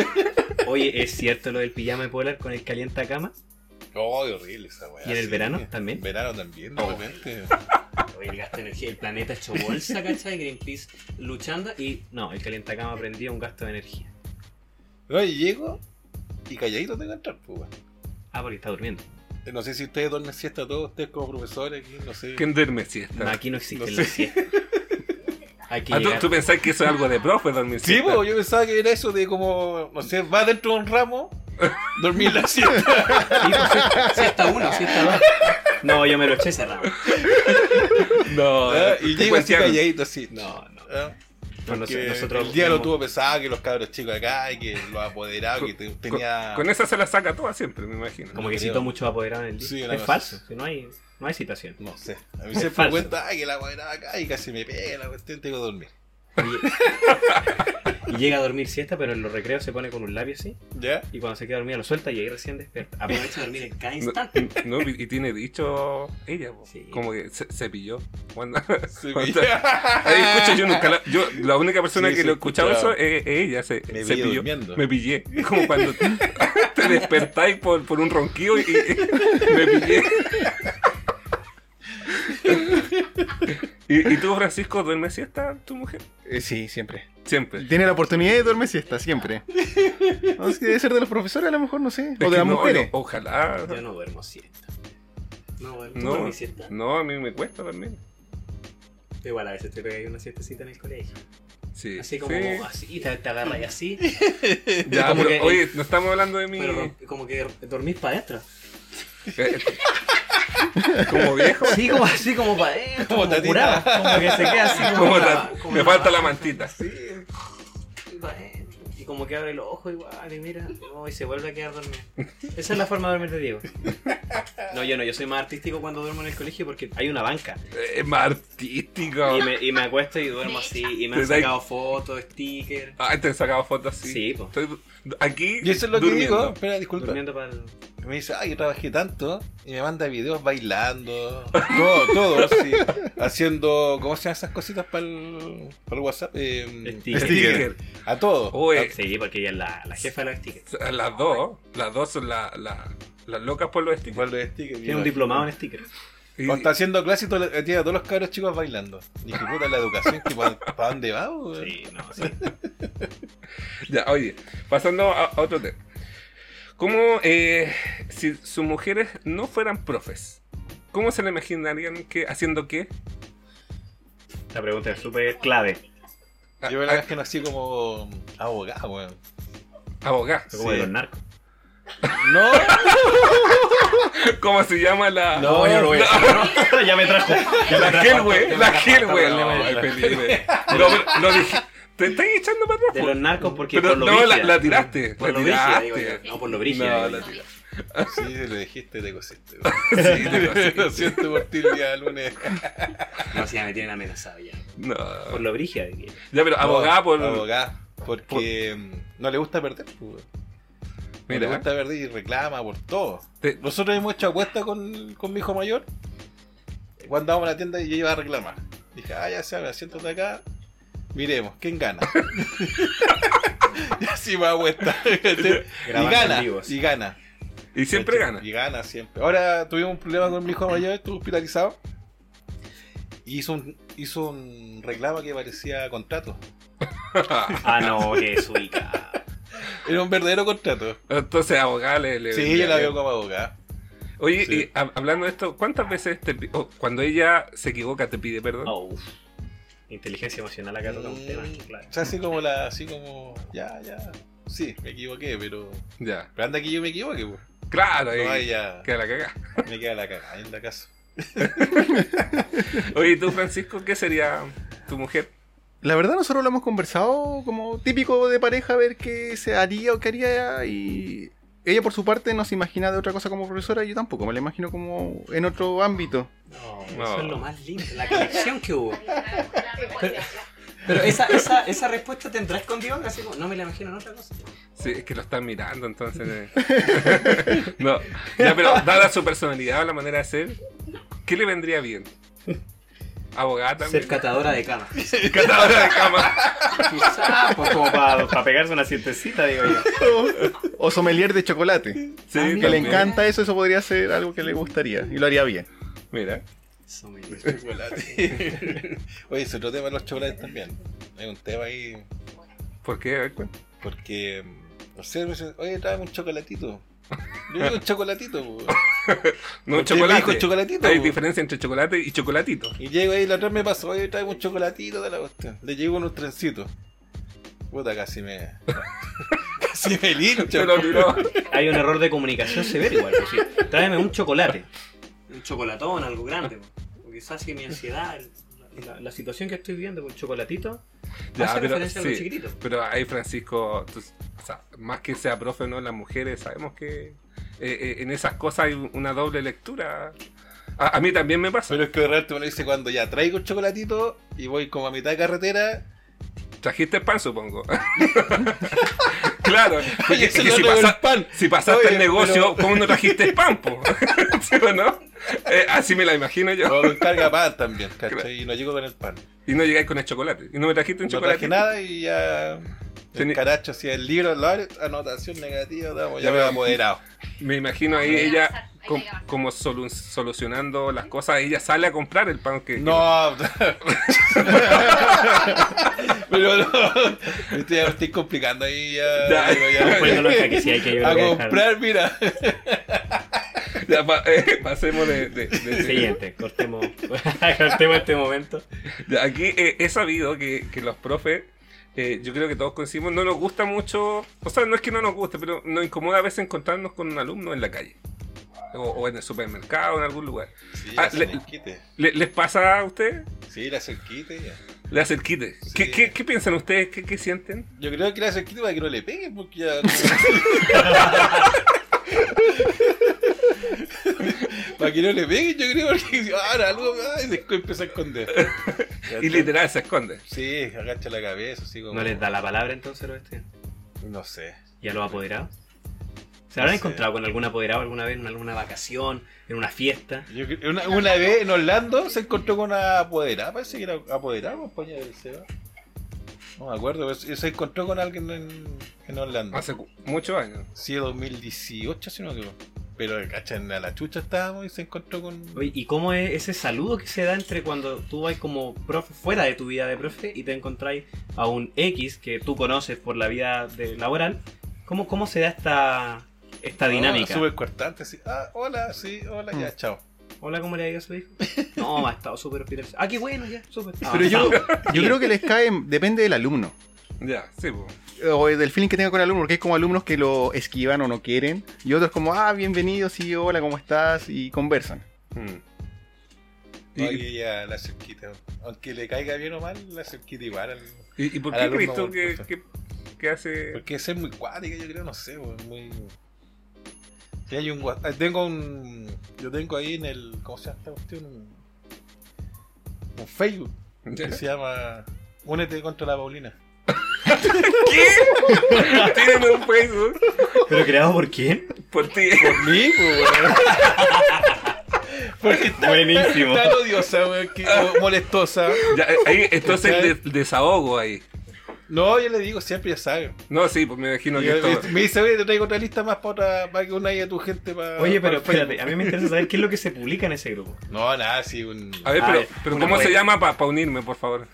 [SPEAKER 6] Oye, ¿es cierto lo del pijama de polar con el calienta cama?
[SPEAKER 4] (laughs) Oh, qué horrible esa weá.
[SPEAKER 6] ¿Y en el
[SPEAKER 4] sí.
[SPEAKER 6] verano también?
[SPEAKER 4] Verano también, de
[SPEAKER 6] Oh.
[SPEAKER 4] repente.
[SPEAKER 3] Oye, el gasto de energía, el planeta
[SPEAKER 6] Planeta
[SPEAKER 3] hecho bolsa, ¿cachai? Greenpeace luchando y
[SPEAKER 6] Y no, el calentacama prendía un gasto de energía.
[SPEAKER 4] No, y llego y calladito tengo que entrar, pues, weón.
[SPEAKER 6] Ah, porque está durmiendo.
[SPEAKER 4] Eh, No sé si ustedes duermen siesta todos, ustedes como profesores aquí, no sé.
[SPEAKER 2] ¿Quién duerme
[SPEAKER 6] No,
[SPEAKER 2] siesta?
[SPEAKER 6] aquí no existe
[SPEAKER 4] No
[SPEAKER 6] la
[SPEAKER 4] sé.
[SPEAKER 6] siesta. Hay que
[SPEAKER 2] Ah, ¿tú,
[SPEAKER 6] llegar-
[SPEAKER 2] tú pensás que eso es algo de profe dormir
[SPEAKER 4] Sí,
[SPEAKER 2] siesta?
[SPEAKER 4] pues, yo pensaba que era eso de como, no sé, va dentro de un ramo, dormir la
[SPEAKER 6] (laughs)
[SPEAKER 4] siesta.
[SPEAKER 6] Sí, pues, sí.
[SPEAKER 3] si hasta uno, si hasta dos.
[SPEAKER 6] No, yo me lo eché cerrado.
[SPEAKER 2] No,
[SPEAKER 4] ¿verdad? y
[SPEAKER 2] tú
[SPEAKER 4] ¿eh? llego así
[SPEAKER 2] cuenteando.
[SPEAKER 4] calladito, así. No.
[SPEAKER 6] eh, No, no.
[SPEAKER 4] ¿ah?
[SPEAKER 3] No, Pues nos-
[SPEAKER 4] Que
[SPEAKER 3] nosotros
[SPEAKER 4] el día lo
[SPEAKER 3] vemos-
[SPEAKER 4] tuvo pesado, que los cabros chicos acá, y que lo apoderado, que te-
[SPEAKER 2] Con,
[SPEAKER 4] tenía.
[SPEAKER 2] con e- esa se la saca toda siempre, me imagino.
[SPEAKER 3] Como que
[SPEAKER 4] creo.
[SPEAKER 3] citó muchos apoderados en el día.
[SPEAKER 4] Sí, una
[SPEAKER 3] es
[SPEAKER 4] cosa
[SPEAKER 3] falso,
[SPEAKER 4] así.
[SPEAKER 3] si no hay, no hay citación.
[SPEAKER 4] No sé. A mí
[SPEAKER 3] Es
[SPEAKER 4] siempre me
[SPEAKER 3] falso.
[SPEAKER 4] cuenta, ay, que la apoderaba acá y casi me pega la cuestión, tengo que dormir.
[SPEAKER 3] Oye, Y llega a dormir siesta, pero en los recreos se pone con un labio así.
[SPEAKER 4] ¿Ya?
[SPEAKER 3] Y cuando se queda dormida lo suelta y ahí recién despierta.
[SPEAKER 6] Aprovecha de dormir en cada
[SPEAKER 2] No,
[SPEAKER 6] instante.
[SPEAKER 2] no, y y tiene dicho ella, po.
[SPEAKER 3] Sí.
[SPEAKER 2] como que se, se pilló. Cuando-
[SPEAKER 4] Sí,
[SPEAKER 2] cuando-
[SPEAKER 4] me-
[SPEAKER 2] (laughs) ahí escucho, yo nunca la, yo, la única persona
[SPEAKER 4] Sí,
[SPEAKER 2] que
[SPEAKER 4] sí,
[SPEAKER 2] lo escuchaba eso
[SPEAKER 4] escuchaba.
[SPEAKER 2] es, es ella, se,
[SPEAKER 4] Me
[SPEAKER 2] se
[SPEAKER 4] pillé
[SPEAKER 2] pilló.
[SPEAKER 4] durmiendo.
[SPEAKER 2] Me pillé. Como cuando
[SPEAKER 4] (laughs)
[SPEAKER 2] te despertáis por, por un ronquido y, y- (laughs) me
[SPEAKER 4] (laughs)
[SPEAKER 2] pillé. ¿Y, y tú, Francisco, duermes siesta, tu mujer?
[SPEAKER 5] Eh, sí, siempre.
[SPEAKER 2] Siempre.
[SPEAKER 5] Tiene la oportunidad y duerme siesta, siempre. (laughs) No, es que debe ser de los profesores, a lo mejor, no sé. O
[SPEAKER 2] Es
[SPEAKER 5] de
[SPEAKER 2] que
[SPEAKER 5] las
[SPEAKER 2] no,
[SPEAKER 5] mujeres.
[SPEAKER 2] o- ojalá.
[SPEAKER 3] Yo no duermo siesta.
[SPEAKER 6] No, bueno,
[SPEAKER 2] No.
[SPEAKER 6] no. mi siesta.
[SPEAKER 2] No, a mí me cuesta dormir.
[SPEAKER 3] Igual a veces te pegáis una siestecita en el colegio.
[SPEAKER 2] Sí.
[SPEAKER 3] Así como
[SPEAKER 2] sí.
[SPEAKER 3] así, te, te agarras y así.
[SPEAKER 2] Ya,
[SPEAKER 3] Como
[SPEAKER 2] pero,
[SPEAKER 3] que-
[SPEAKER 2] oye, no estamos hablando de mí
[SPEAKER 6] Pero romp- como que
[SPEAKER 3] Dormís para adentro.
[SPEAKER 2] (laughs) como viejo.
[SPEAKER 3] Sí, como así como para adentro.
[SPEAKER 4] Como
[SPEAKER 3] Como,
[SPEAKER 4] tatita.
[SPEAKER 3] curado. Como que se queda así como.
[SPEAKER 2] Como
[SPEAKER 3] para-
[SPEAKER 2] la- me falta la mantita.
[SPEAKER 6] Sí, va, eh.
[SPEAKER 3] Y como que abre los ojos igual y mira, no, y se vuelve a quedar dormido. Esa es la forma de dormir de Diego. No, yo no, yo soy más artístico cuando duermo en el colegio porque hay una banca.
[SPEAKER 2] Eh, Es más artístico.
[SPEAKER 3] Y me, y me acuesto y duermo así, y me han
[SPEAKER 2] Desde ahí-
[SPEAKER 3] sacado fotos, stickers,
[SPEAKER 2] Ah, te he sacado fotos así.
[SPEAKER 3] Sí, po.
[SPEAKER 2] Estoy du- aquí.
[SPEAKER 4] Y eso es lo que
[SPEAKER 2] durmiendo.
[SPEAKER 4] digo, espera, disculpa.
[SPEAKER 3] durmiendo para el...
[SPEAKER 4] Me dice, ay, yo trabajé tanto y me manda videos bailando. Todo,
[SPEAKER 2] (laughs)
[SPEAKER 4] todo, así. Haciendo, ¿cómo se llaman esas cositas para el, WhatsApp? Eh,
[SPEAKER 3] sticker.
[SPEAKER 2] Sticker. Oh,
[SPEAKER 4] a todo.
[SPEAKER 2] Oye,
[SPEAKER 3] Sí, porque ella es la, la jefa de los stickers.
[SPEAKER 2] las dos, las dos son la- la- las locas por los stickers.
[SPEAKER 4] Igual los stickers,
[SPEAKER 3] Tiene un
[SPEAKER 4] mira.
[SPEAKER 3] diplomado en stickers.
[SPEAKER 2] Y-
[SPEAKER 4] Cuando está haciendo clases, todo- eh, tiene a todos los cabros chicos bailando. Dije, puta, la educación, que ¿para dónde va? weón?
[SPEAKER 3] Sí, no, sí.
[SPEAKER 2] Ya, oye, pasando a, a otro tema. ¿Cómo, eh, si sus mujeres no fueran profes, cómo se le imaginarían que haciendo qué?
[SPEAKER 3] La pregunta es súper clave.
[SPEAKER 2] A-
[SPEAKER 4] Yo me
[SPEAKER 2] a-
[SPEAKER 4] la imagino así como abogado, weón.
[SPEAKER 2] abogada.
[SPEAKER 3] Como
[SPEAKER 4] Sí.
[SPEAKER 3] de los narcos.
[SPEAKER 4] No,
[SPEAKER 2] (laughs) ¿Cómo se llama la.?
[SPEAKER 4] no, yo no voy a
[SPEAKER 3] ya me trajo. Ya me
[SPEAKER 2] La
[SPEAKER 3] trajo.
[SPEAKER 2] gel, güey. La gel, güey.
[SPEAKER 3] No,
[SPEAKER 2] No,
[SPEAKER 3] la-
[SPEAKER 2] ay, Felipe.
[SPEAKER 3] (laughs)
[SPEAKER 2] No, pero lo dije. Te estás echando para
[SPEAKER 3] De los
[SPEAKER 2] atrás.
[SPEAKER 3] narcos porque
[SPEAKER 2] Pero
[SPEAKER 3] por lo
[SPEAKER 2] no, la-
[SPEAKER 3] brígida.
[SPEAKER 2] la tiraste,
[SPEAKER 3] Por
[SPEAKER 2] la
[SPEAKER 3] lo brígida,
[SPEAKER 2] tiraste.
[SPEAKER 3] digo yo. No, por lo
[SPEAKER 2] No,
[SPEAKER 3] brígida.
[SPEAKER 2] la
[SPEAKER 3] digo yo.
[SPEAKER 2] tiraste.
[SPEAKER 4] Sí, lo dijiste, te cosiste. weón.
[SPEAKER 2] po.
[SPEAKER 4] (laughs)
[SPEAKER 2] Sí,
[SPEAKER 3] (laughs)
[SPEAKER 4] Lo siento por ti el día lunes.
[SPEAKER 6] No, si ya me tienen amenazado ya.
[SPEAKER 2] No.
[SPEAKER 3] Por lo brígida. digo yo.
[SPEAKER 2] Ya, pero abogada por.
[SPEAKER 4] Abogada, porque mm, no le gusta perder. pues, weón. No le
[SPEAKER 2] Mira,
[SPEAKER 4] gusta perder y reclama por todo.
[SPEAKER 2] te-
[SPEAKER 4] Nosotros hemos hecho apuesta con, con mi hijo mayor. Cuando andábamos a la tienda y yo iba a reclamar. Dije, ah, ya se habla, siéntate acá. Miremos, ¿quién gana? (laughs) y así va a apuesta. y
[SPEAKER 3] Grabando en
[SPEAKER 4] gana,
[SPEAKER 3] vivo, sí.
[SPEAKER 4] y gana.
[SPEAKER 2] y siempre
[SPEAKER 4] ¿Cachai?
[SPEAKER 2] gana.
[SPEAKER 4] Y gana siempre. Ahora tuvimos un problema con mi hijo mayor, estuvo hospitalizado. Y hizo un, hizo un reclamo que parecía contrato.
[SPEAKER 3] Ah, no, que es ubicado.
[SPEAKER 4] Era un verdadero contrato.
[SPEAKER 2] (laughs) Entonces, abogada le. le-
[SPEAKER 4] Sí,
[SPEAKER 2] le-
[SPEAKER 4] yo la veo como abogada.
[SPEAKER 2] Oye,
[SPEAKER 4] Sí.
[SPEAKER 2] y ha- hablando de esto, ¿cuántas veces te pi- o cuando ella se equivoca te pide perdón?
[SPEAKER 3] Oh, uf. Inteligencia emocional acá toca
[SPEAKER 4] Mm.
[SPEAKER 3] un tema.
[SPEAKER 6] Eh,
[SPEAKER 3] Claro.
[SPEAKER 4] O sea, así como la, así como, ya, ya. Sí, me equivoqué, pero.
[SPEAKER 2] Ya.
[SPEAKER 4] Pero anda que yo me equivoque, pues.
[SPEAKER 2] Claro,
[SPEAKER 4] No, ahí
[SPEAKER 2] ahí.
[SPEAKER 4] ya.
[SPEAKER 2] Queda la cagada.
[SPEAKER 4] Me queda la cagada en la casa.
[SPEAKER 2] Oye, ¿y tú, Francisco, ¿qué sería tu mujer?
[SPEAKER 5] La verdad, nosotros lo hemos conversado como típico de pareja, a ver qué se haría o qué haría. Y ella, por su parte, no se imagina de otra cosa como profesora. Yo tampoco me la imagino como en otro (laughs) ámbito.
[SPEAKER 6] No,
[SPEAKER 2] No.
[SPEAKER 6] eso es lo más lindo. La conexión que hubo.
[SPEAKER 7] Pero-
[SPEAKER 6] Pero esa, esa, esa respuesta tendrá escondido, así como, no me la imagino en otra cosa.
[SPEAKER 2] Sí, es que lo están mirando, entonces. eh. (laughs) no, ya, pero dada su personalidad o la manera de ser, ¿qué le vendría bien? Abogada también.
[SPEAKER 6] Ser catadora de cama.
[SPEAKER 2] Catadora de cama.
[SPEAKER 6] Quizás,
[SPEAKER 3] Pues como para pegarse una sientecita, digo yo.
[SPEAKER 5] O sommelier de chocolate.
[SPEAKER 2] Sí,
[SPEAKER 6] Ah, mira.
[SPEAKER 5] Que le
[SPEAKER 2] también.
[SPEAKER 5] encanta eso, eso podría ser algo que le gustaría. Y lo haría (laughs) bien.
[SPEAKER 2] Mira,
[SPEAKER 4] Chocolate. (laughs) Oye, es otro tema de los chocolates también. Hay un tema ahí.
[SPEAKER 2] ¿por qué? A ver, cuenta.
[SPEAKER 4] Porque. mm, No sé, me dicen, oye, tráeme un chocolatito. Yo digo un chocolatito, pues.
[SPEAKER 2] No,
[SPEAKER 4] Porque me dijo
[SPEAKER 2] chocolate.
[SPEAKER 4] chocolatito,
[SPEAKER 2] Hay
[SPEAKER 4] po.
[SPEAKER 2] diferencia entre chocolate y chocolatito.
[SPEAKER 4] Y llego ahí, la otra vez me pasó, oye, traigo un chocolatito de la cuestión. Le llego unos trencitos. Puta, casi me. (laughs) casi me lincho.
[SPEAKER 2] Se lo tiró.
[SPEAKER 3] Hay un error de comunicación severo igual. pues sí. Tráeme un chocolate. pues.
[SPEAKER 6] un chocolatón, algo grande. po. O quizás que mi ansiedad, el- la,
[SPEAKER 3] la, la situación que estoy viviendo con el chocolatito
[SPEAKER 2] Ya,
[SPEAKER 3] hace
[SPEAKER 2] pero,
[SPEAKER 3] referencia a
[SPEAKER 2] sí,
[SPEAKER 3] los chiquititos.
[SPEAKER 2] pero ahí Francisco, tú- o sea, más que sea profe no, las mujeres sabemos que eh, eh, en esas cosas hay una doble lectura. A, a mí también me pasa.
[SPEAKER 4] Pero es que de repente me lo dice cuando ya traigo el chocolatito y voy como a mitad de carretera.
[SPEAKER 2] Trajiste pan, supongo. (laughs) claro.
[SPEAKER 4] Oye,
[SPEAKER 2] que-
[SPEAKER 4] se
[SPEAKER 2] que
[SPEAKER 4] lo
[SPEAKER 2] si,
[SPEAKER 4] traigo
[SPEAKER 2] pasa-
[SPEAKER 4] el pan.
[SPEAKER 2] si pasaste
[SPEAKER 4] Oye,
[SPEAKER 2] el negocio,
[SPEAKER 4] pero-
[SPEAKER 2] ¿cómo no trajiste pan, po? (laughs) ¿Sí o no? Eh, así me la imagino yo.
[SPEAKER 4] O me encarga
[SPEAKER 2] (laughs)
[SPEAKER 4] pan también, ¿cachai? Y no llego con el pan.
[SPEAKER 2] Y no llegáis con el chocolate. Y no me trajiste un
[SPEAKER 4] No
[SPEAKER 2] chocolate.
[SPEAKER 4] traje nada y ya. El
[SPEAKER 2] Teni-
[SPEAKER 4] caracho, si el libro, al lado, anotación negativa, vamos, ya
[SPEAKER 2] Ya
[SPEAKER 4] me
[SPEAKER 2] veo. (laughs)
[SPEAKER 4] ha apoderado.
[SPEAKER 2] Me imagino ahí
[SPEAKER 7] Hay que
[SPEAKER 2] ella
[SPEAKER 7] avanzar, hay que
[SPEAKER 2] com-
[SPEAKER 7] avanzar.
[SPEAKER 2] como solu- solucionando las cosas. Ella sale a comprar el pan que...
[SPEAKER 4] No, (laughs) pero no, estoy, estoy complicando ahí ya.
[SPEAKER 2] Ya.
[SPEAKER 4] digo, ya. (laughs)
[SPEAKER 3] Poniéndolo en jaque, sí, hay que
[SPEAKER 4] a
[SPEAKER 3] ayudar a dejar.
[SPEAKER 4] comprar, mira.
[SPEAKER 2] (laughs) Ya, pa- eh, pasemos de... de- de-
[SPEAKER 3] Siguiente, cortemos, (laughs) cortemos este momento.
[SPEAKER 2] Ya, Aquí eh, he sabido que, que los profes, eh, yo creo que todos coincidimos, no nos gusta mucho, o sea, no es que no nos guste, pero nos incomoda a veces encontrarnos con un alumno en la calle. O, o en el supermercado, en algún lugar.
[SPEAKER 4] Sí,
[SPEAKER 2] Ah,
[SPEAKER 4] la hace
[SPEAKER 2] le-
[SPEAKER 4] el quite.
[SPEAKER 2] ¿Le- ¿Les pasa a ustedes?
[SPEAKER 4] Sí, la hace el quite, ya.
[SPEAKER 2] Le hace el quite.
[SPEAKER 4] Sí.
[SPEAKER 2] ¿Qué, qué, qué piensan ustedes? ¿Qué, qué sienten?
[SPEAKER 4] Yo creo que le hace el quite para que no le peguen,
[SPEAKER 3] (laughs)
[SPEAKER 4] porque ya. para que no le peguen, yo creo, porque ahora algo ay, se empieza a esconder. Ya
[SPEAKER 2] Y
[SPEAKER 4] está.
[SPEAKER 2] literal se esconde.
[SPEAKER 4] Sí, agacha la cabeza, así como.
[SPEAKER 3] ¿No les da la palabra entonces a los estudiantes?
[SPEAKER 4] No sé.
[SPEAKER 3] ¿Y a los apoderados? ¿Se habrán
[SPEAKER 4] No sé.
[SPEAKER 3] encontrado con algún apoderado alguna vez en alguna vacación, en una fiesta?
[SPEAKER 4] Yo cre- una, una vez en Orlando se encontró con una apoderada, parece que era apoderada compañera del Seba. No me acuerdo, pero se se encontró con alguien en, en Orlando.
[SPEAKER 2] Hace cu- muchos años.
[SPEAKER 4] Sí, 2018, si no me equivoco. Pero cachan, a la chucha estábamos y se encontró con.
[SPEAKER 3] Oye, ¿y cómo es ese saludo que se da entre cuando tú vas como profe fuera de tu vida de profe y te encontráis a un X que tú conoces por la vida de- laboral? ¿Cómo, cómo se da esta, esta dinámica?
[SPEAKER 4] Ah, Súper cortante, sí. Ah, hola, sí, hola, ya, chao.
[SPEAKER 3] Hola, ¿cómo le ha ido a su hijo? No, ha estado súper hospitalizado. Ah, qué bueno, ya,
[SPEAKER 8] (laughs)
[SPEAKER 3] súper. Ah,
[SPEAKER 5] Pero yo,
[SPEAKER 3] Avanzado.
[SPEAKER 5] yo creo que les cae, depende del alumno.
[SPEAKER 2] Ya, sí, po.
[SPEAKER 5] O del feeling que tenga con el alumno, porque hay como alumnos que lo esquivan o no quieren, y otros como, ah, bienvenido, sí, hola, ¿cómo estás? Y conversan.
[SPEAKER 2] Mm. Y-
[SPEAKER 4] Oye, ya, la cerquita. Aunque le caiga bien o mal, la cerquita igual. al-
[SPEAKER 2] ¿Y, y por
[SPEAKER 4] Al
[SPEAKER 2] qué
[SPEAKER 4] alumno,
[SPEAKER 2] crees tú
[SPEAKER 4] por
[SPEAKER 2] que,
[SPEAKER 4] favor.
[SPEAKER 2] que, que hace...? (laughs)
[SPEAKER 4] Porque ese es muy cuática, yo creo, no sé, weón, muy. Sí, hay un gua- ah, Tengo un. Yo tengo ahí en el. ¿Cómo se llama esta cuestión? Un, un Facebook que se llama Únete contra la Paulina.
[SPEAKER 2] ¿Qué? Tienen un Facebook
[SPEAKER 3] ¿Pero creado por quién?
[SPEAKER 2] por ti.
[SPEAKER 4] Por mí, pues, weón. (laughs) Porque está
[SPEAKER 3] Buenísimo.
[SPEAKER 4] tan odiosa, weón, que- o molestosa.
[SPEAKER 2] Ya, eh, ahí, entonces el, des- desahogo ahí.
[SPEAKER 4] No, yo le digo siempre, ya saben.
[SPEAKER 2] No, sí, pues me imagino
[SPEAKER 4] Y
[SPEAKER 2] que esto...
[SPEAKER 4] me, me dice, oye, te traigo otra lista más para, otra- para que unáis a tu gente para.
[SPEAKER 3] Oye, pero
[SPEAKER 4] para el
[SPEAKER 3] espérate, a mí me interesa saber qué es lo que se publica en ese grupo.
[SPEAKER 4] Facebook. No, nada, sí, un.
[SPEAKER 2] A ver,
[SPEAKER 3] A
[SPEAKER 2] pero,
[SPEAKER 3] ver,
[SPEAKER 2] pero
[SPEAKER 3] una
[SPEAKER 2] ¿cómo se
[SPEAKER 3] buena.
[SPEAKER 2] llama para unirme, por favor?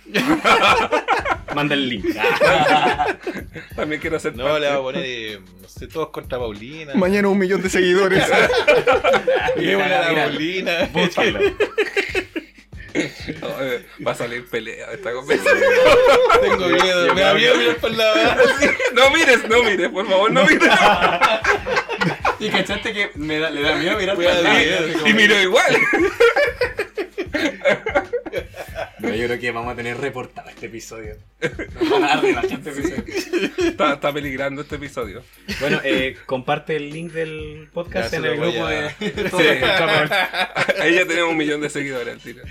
[SPEAKER 3] Manda el link. Ah,
[SPEAKER 4] (laughs)
[SPEAKER 2] También quiero hacer...
[SPEAKER 4] No, le va a poner, eh, no sé, todos contra Paulina. (laughs)
[SPEAKER 5] Mañana un millón de (laughs) seguidores.
[SPEAKER 4] Bien, buena la
[SPEAKER 3] Mira,
[SPEAKER 4] (laughs) Paulina.
[SPEAKER 3] Búscalo.
[SPEAKER 2] No, eh, va a salir pelea esta conversación.
[SPEAKER 4] Tengo miedo. Me da miedo mirar por la barra.
[SPEAKER 2] No mires, no mires, por favor, no mires.
[SPEAKER 8] Y cachaste que me da- le da miedo mirar
[SPEAKER 4] Voy a
[SPEAKER 8] para
[SPEAKER 4] decir,
[SPEAKER 8] atrás.
[SPEAKER 4] así como-
[SPEAKER 2] Y miro igual.
[SPEAKER 3] No, yo creo que vamos a tener reportado este episodio.
[SPEAKER 8] Nos van a dar de bastante risa.
[SPEAKER 2] Está, está peligrando este episodio.
[SPEAKER 3] Bueno, eh, comparte el link del
[SPEAKER 4] Ya
[SPEAKER 3] podcast
[SPEAKER 4] se
[SPEAKER 3] en
[SPEAKER 4] lo
[SPEAKER 3] el
[SPEAKER 4] voy
[SPEAKER 3] grupo (laughs)
[SPEAKER 4] a-
[SPEAKER 3] de.
[SPEAKER 2] Sí.
[SPEAKER 4] (laughs)
[SPEAKER 2] Ahí ya tenemos un millón de seguidores al tiro.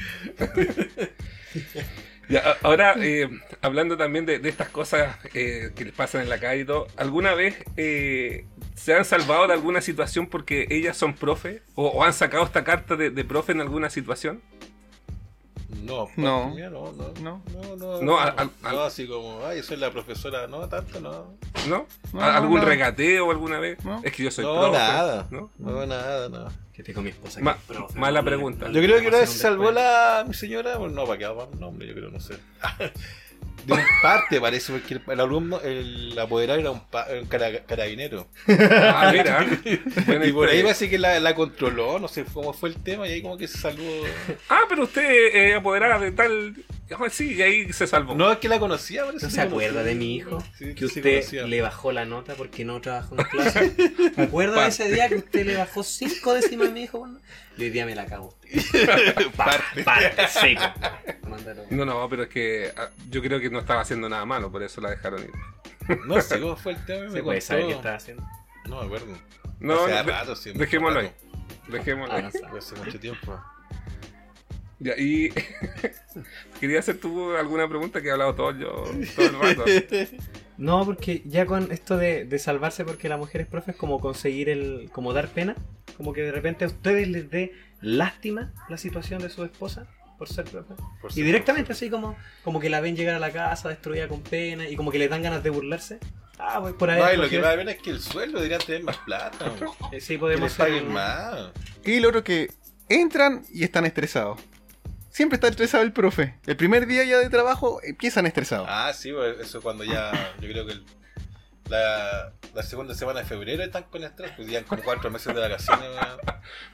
[SPEAKER 2] Ya, a- ahora, eh, hablando también de, de estas cosas eh, que les pasan en la calle y todo, ¿alguna vez eh, se han salvado de alguna situación porque ellas son profe? ¿O, o han sacado esta carta de, de profe en alguna situación?
[SPEAKER 4] No, pues,
[SPEAKER 5] No.
[SPEAKER 4] mira, no, no.
[SPEAKER 5] No.
[SPEAKER 4] No, no,
[SPEAKER 2] No, al- al-
[SPEAKER 4] no, así como, ay, soy la profesora, no, tanto no.
[SPEAKER 2] ¿No?
[SPEAKER 5] No,
[SPEAKER 2] ¿A-
[SPEAKER 5] no,
[SPEAKER 2] ¿Algún
[SPEAKER 5] no.
[SPEAKER 2] regateo alguna vez?
[SPEAKER 5] No.
[SPEAKER 2] Es que yo soy
[SPEAKER 4] no,
[SPEAKER 2] profe.
[SPEAKER 4] nada.
[SPEAKER 2] ¿no?
[SPEAKER 4] ¿no? nada, no.
[SPEAKER 3] Que tengo mi esposa.
[SPEAKER 2] Ma-
[SPEAKER 3] que es profe,
[SPEAKER 2] mala
[SPEAKER 3] no,
[SPEAKER 2] pregunta.
[SPEAKER 3] no,
[SPEAKER 4] Yo creo que una
[SPEAKER 3] no,
[SPEAKER 4] vez se
[SPEAKER 3] no,
[SPEAKER 4] salvó
[SPEAKER 3] después.
[SPEAKER 4] la mi señora, bueno, no, para que haga un nombre, yo creo, no sé. (laughs) De un parte parece, porque el, el alumno, el apoderado era un, pa- un cara- carabinero.
[SPEAKER 2] Ah, mira. Buena
[SPEAKER 4] (laughs) Y por ahí
[SPEAKER 2] historia.
[SPEAKER 4] parece que la,
[SPEAKER 2] (laughs)
[SPEAKER 4] la controló, no sé cómo fue el tema, y ahí como que se salvó.
[SPEAKER 2] Ah, pero usted eh, apoderada de tal Ah, Sí, y ahí se salvó.
[SPEAKER 4] No es que la conocía,
[SPEAKER 3] (laughs)
[SPEAKER 4] parece.
[SPEAKER 3] ¿No
[SPEAKER 4] sí
[SPEAKER 3] se
[SPEAKER 4] conocía.
[SPEAKER 3] acuerda de mi hijo?
[SPEAKER 4] Sí,
[SPEAKER 3] Que
[SPEAKER 4] sí
[SPEAKER 3] usted
[SPEAKER 4] conocía.
[SPEAKER 3] le bajó la nota porque no trabajó en clase.
[SPEAKER 6] ¿Me acuerdo de ese día que usted le bajó cinco décimas a mi hijo? bueno? Y hoy día me la
[SPEAKER 4] (laughs)
[SPEAKER 6] cago usted.
[SPEAKER 4] Parte.
[SPEAKER 3] Parte, seco. Mándalo.
[SPEAKER 2] No, no, pero es que ah, yo creo que no estaba haciendo nada malo, por eso la dejaron ir.
[SPEAKER 4] No sé cómo fue el tema. me
[SPEAKER 3] ¿Se puede
[SPEAKER 4] contó.
[SPEAKER 3] saber qué estaba haciendo?
[SPEAKER 4] No me acuerdo.
[SPEAKER 2] No,
[SPEAKER 4] Hace
[SPEAKER 2] no,
[SPEAKER 4] rato, sí, mucho
[SPEAKER 2] dejémoslo ahí.
[SPEAKER 4] rato.
[SPEAKER 2] Dejémoslo
[SPEAKER 3] Ah,
[SPEAKER 2] ahí.
[SPEAKER 3] no sabe.
[SPEAKER 4] Hace mucho tiempo.
[SPEAKER 2] Ya, y (laughs) quería hacer tú alguna pregunta que he hablado todo yo todo el rato.
[SPEAKER 3] No, porque ya con esto de, de salvarse porque la mujer es profe es como conseguir el. como dar pena. Como que de repente a ustedes les dé lástima la situación de su esposa por ser profe.
[SPEAKER 4] Por
[SPEAKER 3] Y
[SPEAKER 4] si-
[SPEAKER 3] directamente así como, como que la ven llegar a la casa destruida con pena y como que les dan ganas de burlarse. Ah, pues por ahí.
[SPEAKER 4] No, y lo que va a ver es que el sueldo deberían tener más
[SPEAKER 3] (laughs)
[SPEAKER 4] plata. weón.
[SPEAKER 3] Eh, Sí,
[SPEAKER 4] Que
[SPEAKER 3] podemos
[SPEAKER 4] les
[SPEAKER 3] hacer
[SPEAKER 4] paguen
[SPEAKER 3] un-
[SPEAKER 4] más.
[SPEAKER 5] Y lo otro que entran y están estresados. Siempre está estresado el profe. El primer día ya de trabajo empiezan estresados.
[SPEAKER 4] Ah, sí, pues, eso cuando ya. Yo creo que el- la, la segunda semana de febrero están con estrés, pues ya con cuatro meses de vacaciones. weón.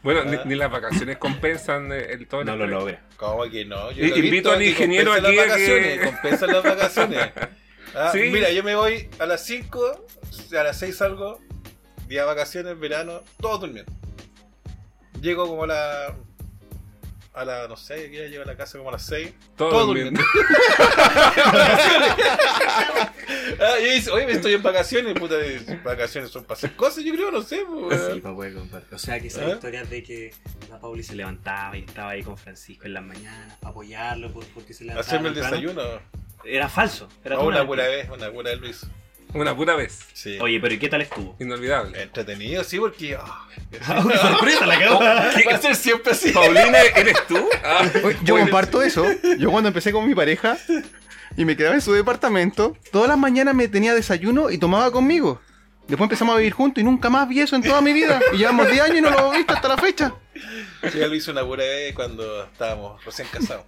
[SPEAKER 2] Bueno, ni,
[SPEAKER 4] Ah.
[SPEAKER 2] ni las vacaciones compensan el, el todo el
[SPEAKER 3] No lo
[SPEAKER 2] estrés.
[SPEAKER 3] logra.
[SPEAKER 4] ¿Cómo que no?
[SPEAKER 2] Y-
[SPEAKER 4] lo he
[SPEAKER 2] invito
[SPEAKER 4] visto,
[SPEAKER 2] al
[SPEAKER 4] que
[SPEAKER 2] ingeniero
[SPEAKER 4] compensan
[SPEAKER 2] aquí
[SPEAKER 4] las
[SPEAKER 2] a que-
[SPEAKER 4] vacaciones, compensan las vacaciones. Ah,
[SPEAKER 2] Sí.
[SPEAKER 4] Mira, yo me voy a las 5, a las 6 salgo, día de vacaciones, verano, todo durmiendo. Llego como a la. A la, no sé, ya llego a la casa como a las 6.
[SPEAKER 2] Todo,
[SPEAKER 4] Todo
[SPEAKER 2] durmiendo.
[SPEAKER 4] (laughs) Ah, y dice, oye, me estoy en vacaciones, puta, y dice, vacaciones son para hacer cosas, yo creo, no sé, po,
[SPEAKER 3] Sí,
[SPEAKER 4] weón.
[SPEAKER 3] para poder compartir. O sea, quizás
[SPEAKER 4] ¿Eh?
[SPEAKER 3] historias de que la Pauli se levantaba y estaba ahí con Francisco en las mañanas para apoyarlo por- porque se levantaba.
[SPEAKER 4] Hacerme el
[SPEAKER 3] temprano.
[SPEAKER 4] desayuno.
[SPEAKER 3] Era falso. Era
[SPEAKER 4] No,
[SPEAKER 3] toda
[SPEAKER 4] una
[SPEAKER 3] mentira.
[SPEAKER 4] buena vez, una buena vez lo hizo.
[SPEAKER 2] (laughs) Una pura vez.
[SPEAKER 4] Sí.
[SPEAKER 3] Oye, pero ¿y qué tal estuvo?
[SPEAKER 2] Inolvidable.
[SPEAKER 4] Eh. Entretenido, sí, porque.
[SPEAKER 3] (laughs)
[SPEAKER 4] ah,
[SPEAKER 3] ¡Uy, sorpresa, la cagó!
[SPEAKER 4] (laughs) va a ser siempre así.
[SPEAKER 2] Paulina, ¿eres
[SPEAKER 4] (laughs)
[SPEAKER 2] tú? Ah,
[SPEAKER 5] Oye, Yo comparto eso. Yo cuando empecé con mi pareja y me quedaba en su departamento, todas las mañanas me tenía desayuno y tomaba conmigo. Después empezamos a vivir juntos y nunca más vi eso en toda mi vida. Y llevamos 10 años y no lo he visto hasta la fecha.
[SPEAKER 4] Sí, él lo hizo una buena vez cuando estábamos recién casados.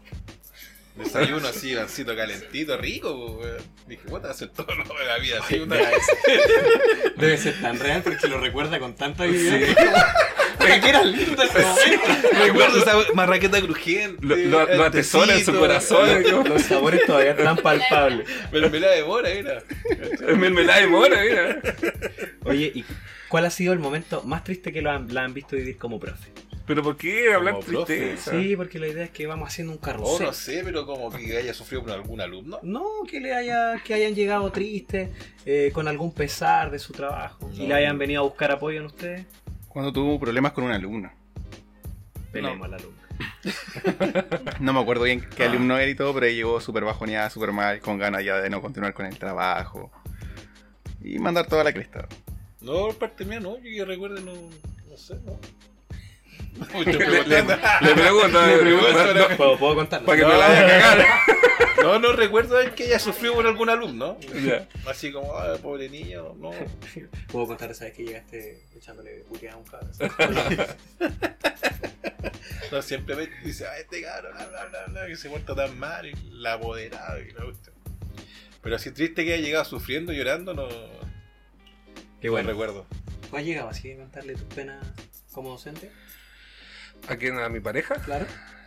[SPEAKER 4] Desayuno así, gancito calentito, rico. po, weón. Dije, ¿cómo te va a hacer todo lo de la vida? Así, una vez.
[SPEAKER 3] Debe ser tan real porque lo recuerda con tanta vividez.
[SPEAKER 4] (laughs)
[SPEAKER 3] Porque que era lindo ese momento.
[SPEAKER 4] Recuerdo esa marraqueta crujiente.
[SPEAKER 2] Lo- lo- lo atesora en su corazón.
[SPEAKER 4] la-
[SPEAKER 3] Los sabores todavía están palpables.
[SPEAKER 4] Mermelada de mora, era.
[SPEAKER 2] es mermelada de mora, mira.
[SPEAKER 3] Oye, ¿y cuál ha sido el momento más triste que lo han- la han visto vivir como profe?
[SPEAKER 2] Pero ¿por qué hablar
[SPEAKER 4] Como profe,
[SPEAKER 2] tristeza?
[SPEAKER 3] Sí, porque la idea es que vamos haciendo un
[SPEAKER 4] O
[SPEAKER 3] carrusel.
[SPEAKER 4] Oh, no sé, pero como que haya sufrido con algún alumno.
[SPEAKER 3] No, que le haya, que hayan llegado tristes, eh, con algún pesar de su trabajo, y
[SPEAKER 4] No.
[SPEAKER 3] le hayan venido a buscar apoyo en ustedes.
[SPEAKER 5] Cuando tuvo problemas con un alumno.
[SPEAKER 3] Pelemos al alumno.
[SPEAKER 5] No me acuerdo bien qué alumno era y todo, pero ahí llegó súper bajoneada, súper mal, con ganas ya de no continuar con el trabajo. Y mandar toda la cresta.
[SPEAKER 4] No, por parte mía, no. Yo que recuerde, no, no sé, no. (laughs)
[SPEAKER 2] Le, le- le pregunto, le pregunto, no,
[SPEAKER 3] ¿Puedo, puedo contarlo?
[SPEAKER 2] para que no la vaya a cagar.
[SPEAKER 4] (laughs) No, no recuerdo el que haya sufrido con algún alumno.
[SPEAKER 2] Ya.
[SPEAKER 4] Así como, ah, pobre niño, no.
[SPEAKER 6] Puedo contar esa vez que llegaste echándole puteada a un cabrón.
[SPEAKER 4] No, siempre me dice, ah, este cabrón, bla, bla, bla, bla, que se porta tan mal, y la apoderada, y la cuestión. Pero así triste que haya llegado sufriendo, llorando, no,
[SPEAKER 3] Qué
[SPEAKER 4] no
[SPEAKER 3] bueno.
[SPEAKER 4] recuerdo.
[SPEAKER 6] ¿Tú has llegado así a contarle tus penas como docente?
[SPEAKER 2] ¿A quién? ¿A mi pareja?
[SPEAKER 6] Claro.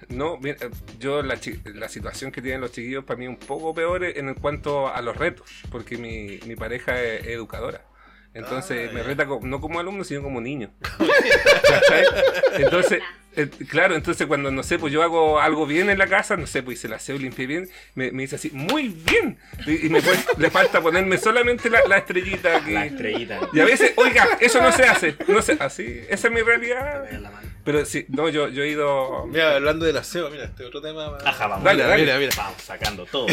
[SPEAKER 2] No, mira, yo la, chi- la situación que tienen los chiquillos para mí es un poco peor en cuanto a los retos, porque mi, mi pareja es educadora. Entonces
[SPEAKER 4] Ah,
[SPEAKER 2] me
[SPEAKER 4] ya.
[SPEAKER 2] reta co- no como alumno, sino como
[SPEAKER 4] (laughs)
[SPEAKER 2] niño. ¿Cachai? entonces, eh, claro, entonces cuando, no sé, pues yo hago algo bien en la casa, no sé, pues hice el aseo, limpié bien, me, me dice así, muy bien. Y, y me pone- le falta ponerme solamente la, la estrellita aquí.
[SPEAKER 3] La estrellita.
[SPEAKER 2] Y a veces, oiga, eso no se hace. No se, así, esa es mi realidad.
[SPEAKER 6] Pegar la mano.
[SPEAKER 2] Pero sí, no, yo, yo he ido.
[SPEAKER 4] Mira, hablando del aseo, mira, este otro tema. más-
[SPEAKER 3] Ajá, vamos.
[SPEAKER 2] Dale, dale.
[SPEAKER 4] Mira, mira.
[SPEAKER 3] Vamos sacando todo.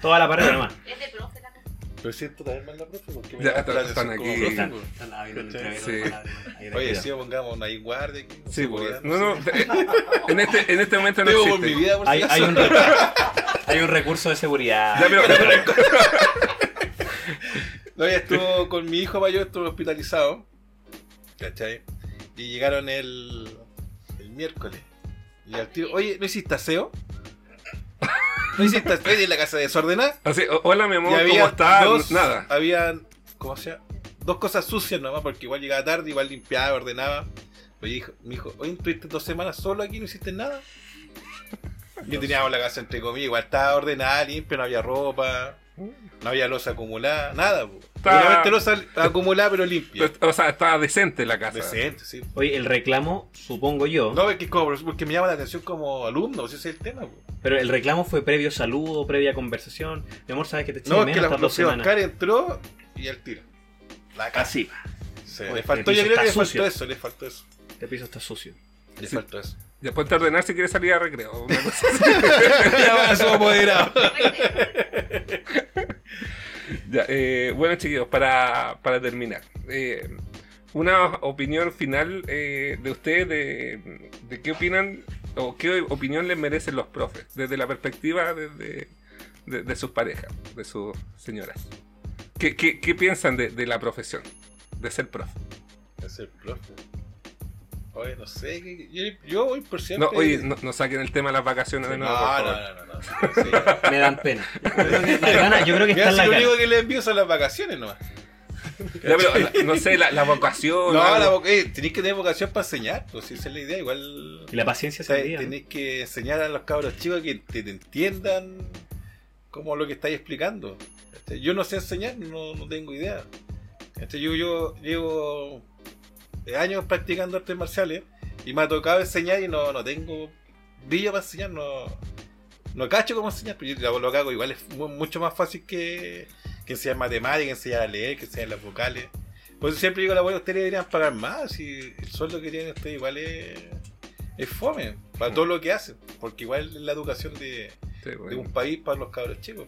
[SPEAKER 3] Toda la pared nomás.
[SPEAKER 7] Es de
[SPEAKER 3] (laughs)
[SPEAKER 7] profe la cosa.
[SPEAKER 4] Lo siento también mal la profe, porque me
[SPEAKER 2] Ya,
[SPEAKER 4] levanta la
[SPEAKER 2] están
[SPEAKER 4] atención
[SPEAKER 2] aquí.
[SPEAKER 4] como
[SPEAKER 3] Están,
[SPEAKER 4] profe,
[SPEAKER 6] Están habiendo un entrevero
[SPEAKER 2] Sí.
[SPEAKER 6] de palabras. Ahí,
[SPEAKER 4] pues. Oye,
[SPEAKER 6] cuidado.
[SPEAKER 4] si pongamos una guardia aquí.
[SPEAKER 2] Sí, pues.
[SPEAKER 4] seguridad,
[SPEAKER 2] No, no,
[SPEAKER 4] sé.
[SPEAKER 2] te- en este, en este momento no
[SPEAKER 4] Temo por mi
[SPEAKER 2] existe.
[SPEAKER 4] vida, por si
[SPEAKER 3] Hay, hay
[SPEAKER 4] acaso.
[SPEAKER 3] un recurso, hay un recurso de seguridad.
[SPEAKER 2] Ya, pero-
[SPEAKER 4] (laughs) No, ya estuvo con mi hijo mayor, estuvo hospitalizado. ¿Cachai? Y llegaron el, el miércoles. Y al tío, oye, ¿no hiciste aseo? ¿No hiciste aseo en la casa desordenada?
[SPEAKER 2] Así, o- hola mi
[SPEAKER 4] Y
[SPEAKER 2] amor, ¿cómo estás?
[SPEAKER 4] dos-
[SPEAKER 2] Nada.
[SPEAKER 4] Habían, ¿cómo sea? Dos cosas sucias nomás, porque igual llegaba tarde, igual limpiaba, ordenaba. Oye, hijo, mi hijo, oye, estuviste dos semanas solo aquí, no hiciste nada. Yo teníamos la casa entre comillas, igual estaba ordenada, limpia, no había ropa, no había losa acumulada, nada. po.
[SPEAKER 2] Está-
[SPEAKER 4] Obviamente losa acumulada pero limpia.
[SPEAKER 2] O sea, estaba decente la casa.
[SPEAKER 4] Decente, sí.
[SPEAKER 3] Oye, el reclamo, supongo yo,
[SPEAKER 4] No, es que es como, porque me llama la atención como alumno, si ese es el tema. po.
[SPEAKER 3] pero el reclamo fue previo saludo, previa conversación. Mi amor, sabes que te estoy
[SPEAKER 4] No,
[SPEAKER 3] de
[SPEAKER 4] es que
[SPEAKER 3] menos
[SPEAKER 4] la
[SPEAKER 3] estas dos
[SPEAKER 4] profesora
[SPEAKER 3] semanas.
[SPEAKER 4] Oscar entró y el tiro. La casa.
[SPEAKER 3] Así,
[SPEAKER 4] Sí,
[SPEAKER 3] Oye, Ah,
[SPEAKER 4] le
[SPEAKER 3] el
[SPEAKER 4] faltó, yo
[SPEAKER 3] piso
[SPEAKER 4] creo que
[SPEAKER 3] está
[SPEAKER 4] le faltó
[SPEAKER 3] sucio.
[SPEAKER 4] eso, le faltó eso.
[SPEAKER 3] este piso está
[SPEAKER 4] (laughs)
[SPEAKER 3] sucio.
[SPEAKER 4] Le
[SPEAKER 2] Sí.
[SPEAKER 4] faltó eso.
[SPEAKER 2] Después te ordenar si quieres salir a recreo. una cosa así.
[SPEAKER 4] Ya va, somos apoderados.
[SPEAKER 2] Ya, eh, bueno, chicos, para, para terminar, eh, una opinión final eh, de ustedes de, de qué opinan o qué opinión les merecen los profes desde la perspectiva de, de- de- de sus parejas, de sus señoras. ¿Qué, qué- qué piensan de, de la profesión, de ser profe?
[SPEAKER 4] Es el profe. Oye, no sé, que- que- yo, yo voy por siempre.
[SPEAKER 2] No, oye, no, no saquen el tema de las vacaciones de
[SPEAKER 4] no,
[SPEAKER 2] nuevo, por
[SPEAKER 4] no,
[SPEAKER 2] favor.
[SPEAKER 4] no, no, no, sí.
[SPEAKER 3] (laughs)
[SPEAKER 4] Mira,
[SPEAKER 3] Me dan pena. Yo creo que, las ganas- yo creo que está en
[SPEAKER 4] si
[SPEAKER 3] la
[SPEAKER 4] lo
[SPEAKER 3] cara.
[SPEAKER 4] único que le envío son las vacaciones nomás.
[SPEAKER 2] Ya, pero la- no sé, la, la vocación.
[SPEAKER 4] (laughs) No,
[SPEAKER 2] algo.
[SPEAKER 4] la voc- eh, tenéis que tener vocación para enseñar, pues si esa es la idea, igual.
[SPEAKER 3] Y la paciencia
[SPEAKER 4] O
[SPEAKER 3] se
[SPEAKER 4] sea,
[SPEAKER 3] olvida, ¿no?
[SPEAKER 4] tenéis que enseñar a los cabros chicos que te, te entiendan como lo que estáis explicando. Este, Yo no sé enseñar, no, no tengo idea. Este, yo, yo llevo años practicando artes marciales y me ha tocado enseñar y no, no tengo brillo para enseñar, no, no cacho cómo enseñar, pero yo lo, lo que hago igual es mu- mucho más fácil que, que enseñar matemáticas, que enseñar a leer, que enseñar las vocales. Por eso siempre digo a la abuela, ustedes deberían pagar más y el sueldo que tienen ustedes igual es, es fome para todo lo que hacen, porque igual es la educación de,
[SPEAKER 2] Sí,
[SPEAKER 4] de
[SPEAKER 2] bueno.
[SPEAKER 4] un país para los cabros chicos.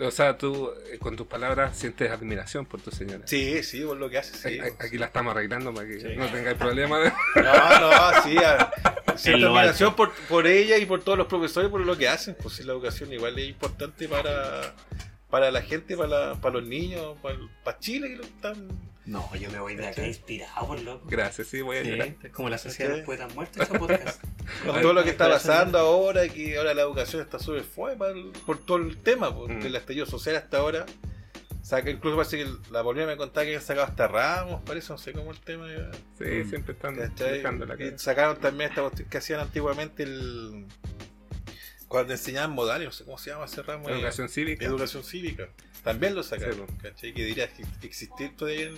[SPEAKER 2] O sea, tú eh, con tus palabras sientes admiración por tu señora.
[SPEAKER 4] Sí, sí, por lo que hacen, sí. pues.
[SPEAKER 2] A- a- Aquí la estamos arreglando para que
[SPEAKER 3] Sí.
[SPEAKER 2] no tengáis problemas. de- (laughs)
[SPEAKER 4] No, no, sí, a-
[SPEAKER 3] En
[SPEAKER 4] cierta
[SPEAKER 3] lo
[SPEAKER 4] admiración por, por ella y por todos los profesores por lo que hacen. Pues sí, la educación igual es importante para, para la gente, para, la- para los niños, para, el- para Chile que lo están.
[SPEAKER 6] No, yo me voy de acá inspirado, por loco.
[SPEAKER 2] Gracias, sí, voy a
[SPEAKER 3] Sí,
[SPEAKER 2] llorar.
[SPEAKER 3] es como la
[SPEAKER 6] Sociedad de los
[SPEAKER 3] sociedad.
[SPEAKER 6] poetas muertos,
[SPEAKER 2] (laughs)
[SPEAKER 6] este podcast.
[SPEAKER 4] con todo lo que está pasando ahora, que ahora la educación está súper fuerte por todo el tema, por
[SPEAKER 2] Mm.
[SPEAKER 4] el estallido social hasta ahora. O sea, que incluso parece que la policía me contaba que habían sacado hasta Ramos, parece, no sé cómo el tema. ya.
[SPEAKER 2] Sí,
[SPEAKER 3] Mm.
[SPEAKER 2] siempre están
[SPEAKER 4] ¿Cachai?
[SPEAKER 2] dejando la cara.
[SPEAKER 4] Y sacaron también esta cuestión que hacían antiguamente el cuando enseñaban modales, no sé cómo se llama ese ramo. eh,
[SPEAKER 2] Educación cívica.
[SPEAKER 4] educación cívica. También lo sacaron,
[SPEAKER 2] Sí, pues.
[SPEAKER 4] ¿cachai? Que diría que existir todavía en,